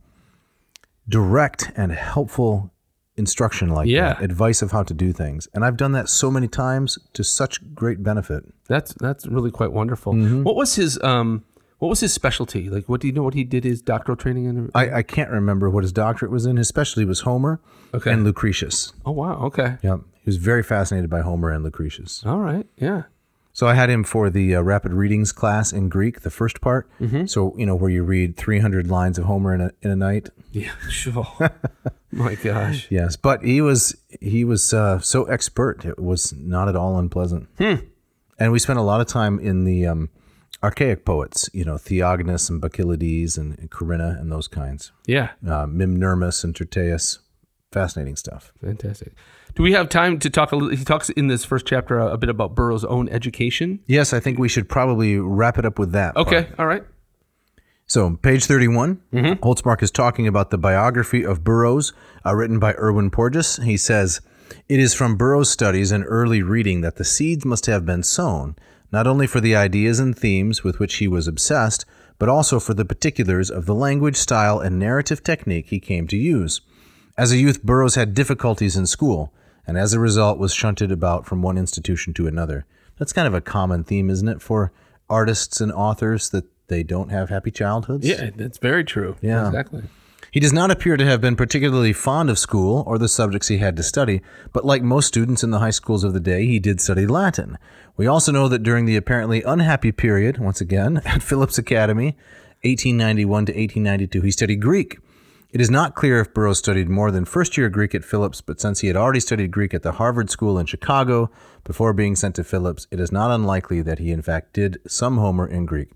Speaker 2: direct and helpful instruction like
Speaker 1: Yeah.
Speaker 2: that, advice of how to do things. And I've done that so many times to such great benefit.
Speaker 1: That's that's really quite wonderful. What was his um what was his specialty? Like what do you know what he did his doctoral training in?
Speaker 2: I, I can't remember what his doctorate was in. His specialty was Homer
Speaker 1: Okay.
Speaker 2: and Lucretius.
Speaker 1: oh wow, okay.
Speaker 2: Yep. He was very fascinated by Homer and Lucretius.
Speaker 1: All right. Yeah.
Speaker 2: So I had him for the uh, rapid readings class in Greek, the first part.
Speaker 1: Mm-hmm.
Speaker 2: So, you know, where you read 300 lines of Homer in a, in a night.
Speaker 1: Yeah, sure. My gosh.
Speaker 2: Yes, but he was he was uh, so expert. It was not at all unpleasant. And we spent a lot of time in the um, archaic poets, you know, Theognis and Bacchylides and, and Corinna and those kinds.
Speaker 1: Yeah.
Speaker 2: Uh, Mimnermus and Tyrtaeus. Fascinating stuff.
Speaker 1: Fantastic. Do we have time to talk a little? He talks in this first chapter a, a bit about Burroughs' own education.
Speaker 2: Yes, I think we should probably wrap it up with that.
Speaker 1: Okay. All right.
Speaker 2: So, page 31, Holtzmark is talking about the biography of Burroughs, uh, written by Erwin Porges. He says, It is from Burroughs' studies and early reading that the seeds must have been sown, not only for the ideas and themes with which he was obsessed, but also for the particulars of the language, style, and narrative technique he came to use. As a youth, Burroughs had difficulties in school, and as a result was shunted about from one institution to another. That's kind of a common theme, isn't it, for artists and authors that they don't have happy childhoods?
Speaker 1: that's very true.
Speaker 2: Yeah.
Speaker 1: Exactly.
Speaker 2: He does not appear to have been particularly fond of school or the subjects he had to study, but like most students in the high schools of the day, he did study Latin. We also know that during the apparently unhappy period, once again, at Phillips Academy, 1891 to 1892, he studied Greek. It is not clear if Burroughs studied more than first year Greek at Phillips, but since he had already studied Greek at the Harvard School in Chicago before being sent to Phillips, it is not unlikely that he in fact did some Homer in Greek.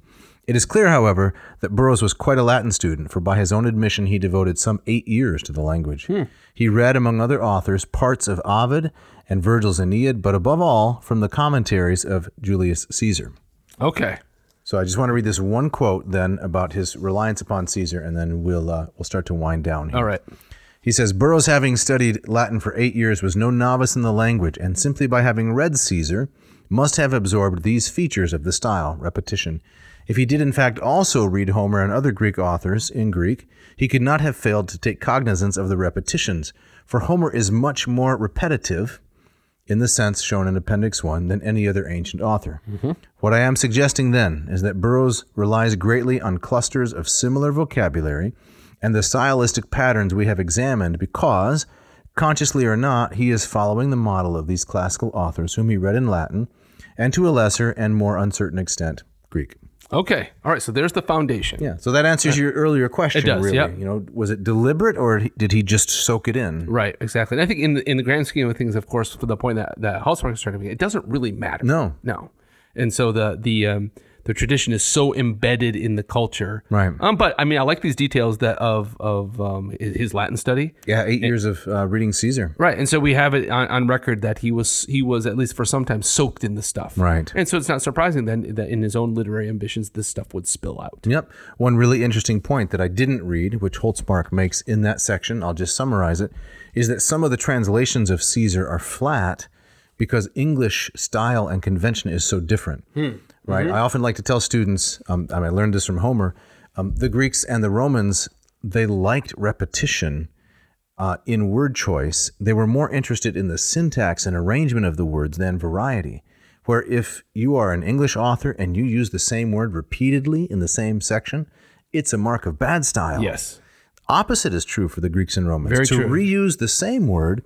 Speaker 2: It is clear, however, that Burroughs was quite a Latin student, for by his own admission, he devoted some eight years to the language. He read, among other authors, parts of Ovid and Virgil's Aeneid, but above all, from the commentaries of Julius Caesar.
Speaker 1: Okay.
Speaker 2: So I just want to read this one quote then about his reliance upon Caesar, and then we'll uh, we'll start to wind down. Here.
Speaker 1: All right.
Speaker 2: He says Burroughs, having studied Latin for eight years, was no novice in the language, and simply by having read Caesar, must have absorbed these features of the style, repetition, If he did, in fact, also read Homer and other Greek authors in Greek, he could not have failed to take cognizance of the repetitions, for Homer is much more repetitive in the sense shown in Appendix 1 than any other ancient author. What I am suggesting then is that Burroughs relies greatly on clusters of similar vocabulary and the stylistic patterns we have examined because, consciously or not, he is following the model of these classical authors whom he read in Latin and to a lesser and more uncertain extent, Greek.
Speaker 1: Okay. All right. So there's the foundation.
Speaker 2: Yeah, so that answers your earlier question.
Speaker 1: does,
Speaker 2: really.
Speaker 1: yep.
Speaker 2: You know, was it deliberate or did he just soak it in?
Speaker 1: Right. Exactly. And I think in the, in the grand scheme of things, of course, for the point that that housemark is trying to make, it doesn't really matter.
Speaker 2: No.
Speaker 1: No. And so the the um, the tradition is so embedded in the culture.
Speaker 2: Right.
Speaker 1: Um. But I mean, I like these details that of of um hi- his Latin study.
Speaker 2: Yeah, eight years of uh, reading Caesar.
Speaker 1: Right. And so we have it on, on record that he was he was at least for some time soaked in the stuff.
Speaker 2: Right.
Speaker 1: And so it's not surprising then that in his own literary ambitions, this stuff would spill out.
Speaker 2: Yep. One really interesting point that I didn't read, which Holtzmark makes in that section, I'll just summarize it, is that some of the translations of Caesar are flat because English style and convention is so different. Right. I often like to tell students, um, and I learned this from Homer, um, the Greeks and the Romans, they liked repetition uh, in word choice, they were more interested in the syntax and arrangement of the words than variety. Where if you are an English author and you use the same word repeatedly in the same section, it's a mark of bad style.
Speaker 1: Yes.
Speaker 2: Opposite is true for the Greeks and Romans.
Speaker 1: Very
Speaker 2: to
Speaker 1: true.
Speaker 2: reuse the same word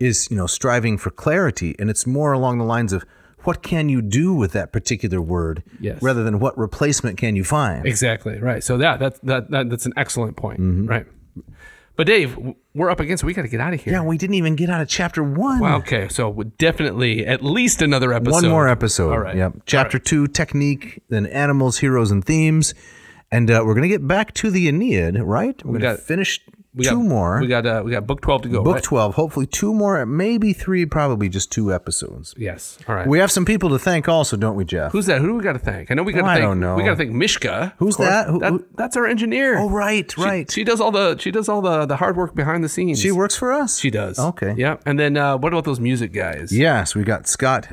Speaker 2: is, you know, striving for clarity, and it's more along the lines of what can you do with that particular word,
Speaker 1: Yes.
Speaker 2: rather than what replacement can you find.
Speaker 1: Exactly right. So that that that, that that's an excellent point.
Speaker 2: Mm-hmm.
Speaker 1: Right. But Dave, w- we're up against. it. We got to get out of here.
Speaker 2: Yeah, we didn't even get out of chapter one.
Speaker 1: Wow, Okay. So we- definitely at least another episode.
Speaker 2: One more episode.
Speaker 1: All right.
Speaker 2: Yep. Chapter two, technique, then animals, heroes, and themes. And uh, we're going to get back to the Aeneid, right? We're going to
Speaker 1: got-
Speaker 2: finish
Speaker 1: We
Speaker 2: two
Speaker 1: got,
Speaker 2: more.
Speaker 1: We got uh, we got book twelve to go.
Speaker 2: book
Speaker 1: right?
Speaker 2: 12, hopefully two more, maybe three, probably just two episodes.
Speaker 1: Yes. All right.
Speaker 2: We have some people to thank also, don't we, Jeff?
Speaker 1: Who's that? Who do we got to thank? I know we got to
Speaker 2: Oh, I
Speaker 1: thank.
Speaker 2: don't know.
Speaker 1: We got to thank Mishka.
Speaker 2: Who's
Speaker 1: of course.
Speaker 2: that? Who- who-
Speaker 1: that's our engineer.
Speaker 2: oh, right,
Speaker 1: She-
Speaker 2: right. She,
Speaker 1: She, does all the she does all the the hard work behind the scenes.
Speaker 2: works for us.
Speaker 1: She does.
Speaker 2: Okay.
Speaker 1: Yeah. And then uh, what about those music guys?
Speaker 2: Yes, we got Scott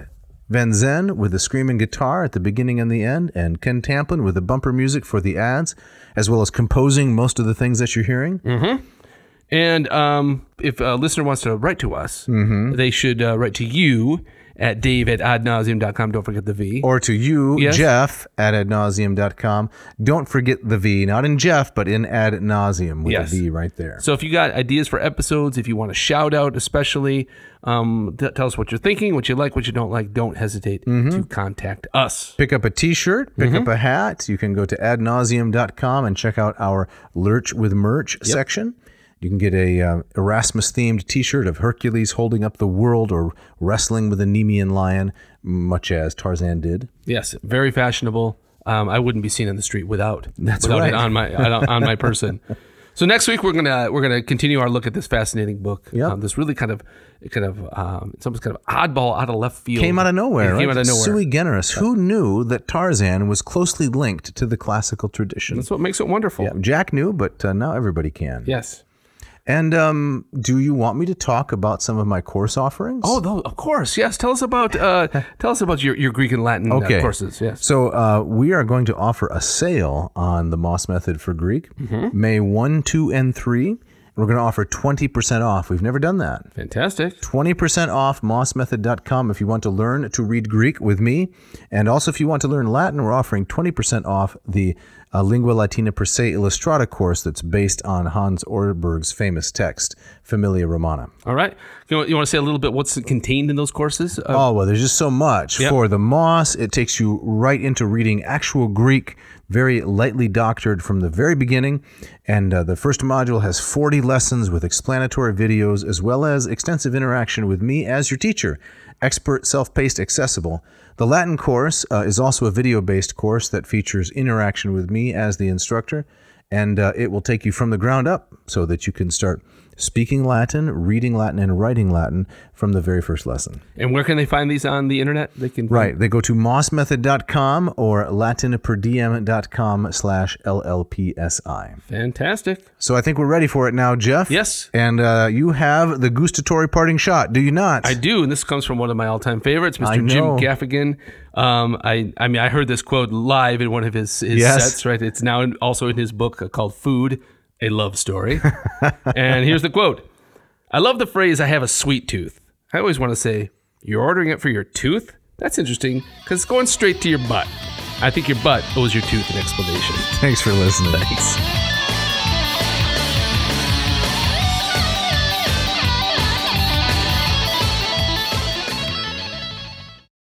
Speaker 2: Van Zen with the screaming guitar at the beginning and the end, and Ken Tamplin with the bumper music for the ads, as well as composing most of the things that you're hearing.
Speaker 1: Mm. And um, if a listener wants to write to us, they should uh, write to you at dave at adnauseum.com. Don't forget the V.
Speaker 2: or to you,
Speaker 1: Yes.
Speaker 2: Jeff at ad nauseum.com. Don't forget the V, not in Jeff, but in ad nauseum with
Speaker 1: Yes.
Speaker 2: the V right there.
Speaker 1: so if you got ideas for episodes, if you want a shout out, especially, um, t- tell us what you're thinking, what you like, what you don't like. Don't hesitate to contact us.
Speaker 2: Pick up a t shirt, pick
Speaker 1: Mm-hmm.
Speaker 2: up a hat. You can go to ad nauseum.com and check out our Lurch with Merch section. You can get a uh, Erasmus themed t shirt of Hercules holding up the world or wrestling with a Nemean lion, much as Tarzan did.
Speaker 1: Yes, very fashionable. Um, I wouldn't be seen on the street without that's without
Speaker 2: right.
Speaker 1: it on my on on my person. So next week we're gonna we're gonna continue our look at this fascinating book.
Speaker 2: Yep.
Speaker 1: Um, this really kind of kind of um, it's almost kind of oddball out of left field.
Speaker 2: Came out of nowhere.
Speaker 1: It came
Speaker 2: right?
Speaker 1: out of nowhere.
Speaker 2: Sui generis. Who knew that Tarzan was closely linked to the classical tradition?
Speaker 1: That's what makes it wonderful.
Speaker 2: Yeah, Jack knew, but uh, now everybody can.
Speaker 1: Yes.
Speaker 2: And um, do you want me to talk about some of my course offerings?
Speaker 1: Oh, though, of course. Yes. Tell us about uh, tell us about your, your Greek and Latin uh,
Speaker 2: Okay.
Speaker 1: courses. Yes.
Speaker 2: So uh, we are going to offer a sale on the Moss Method for Greek, May 1, 2, and 3. And we're going to offer 20% off. We've never done that.
Speaker 1: Fantastic.
Speaker 2: 20% off mossmethod.com if you want to learn to read Greek with me. And also, if you want to learn Latin, we're offering 20% off the uh, Lingua Latina per se illustrata course that's based on Hans Orberg's famous text, Familia Romana.
Speaker 1: All right. You want, you want to say a little bit what's contained in those courses? Uh,
Speaker 2: Oh, well, there's just so much.
Speaker 1: Yep.
Speaker 2: For the Moss, it takes you right into reading actual Greek, very lightly doctored from the very beginning. And uh, the first module has 40 lessons with explanatory videos, as well as extensive interaction with me as your teacher. Expert, self paced, accessible. The Latin course uh, is also a video based course that features interaction with me as the instructor, and uh, it will take you from the ground up so that you can start speaking Latin, reading Latin, and writing Latin from the very first lesson.
Speaker 1: And where can they find these on the internet? They can
Speaker 2: Right. They go to mossmethod.com or latinperdiem.com slash LLPSI.
Speaker 1: Fantastic.
Speaker 2: So I think we're ready for it now, Jeff.
Speaker 1: Yes.
Speaker 2: And uh, you have the gustatory parting shot, do you not?
Speaker 1: I do, and this comes from one of my all-time favorites,
Speaker 2: I
Speaker 1: Mr. Jim
Speaker 2: know.
Speaker 1: Gaffigan. Um, I, I mean, I heard this quote live in one of his, his
Speaker 2: Yes.
Speaker 1: sets. Right, it's now in, also in his book called "Food: A Love Story." and here's the quote: "I love the phrase I have a sweet tooth. I always want to say you're ordering it for your tooth. That's interesting because it's going straight to your butt. I think your butt owes your tooth an explanation."
Speaker 2: Thanks for listening.
Speaker 1: Thanks.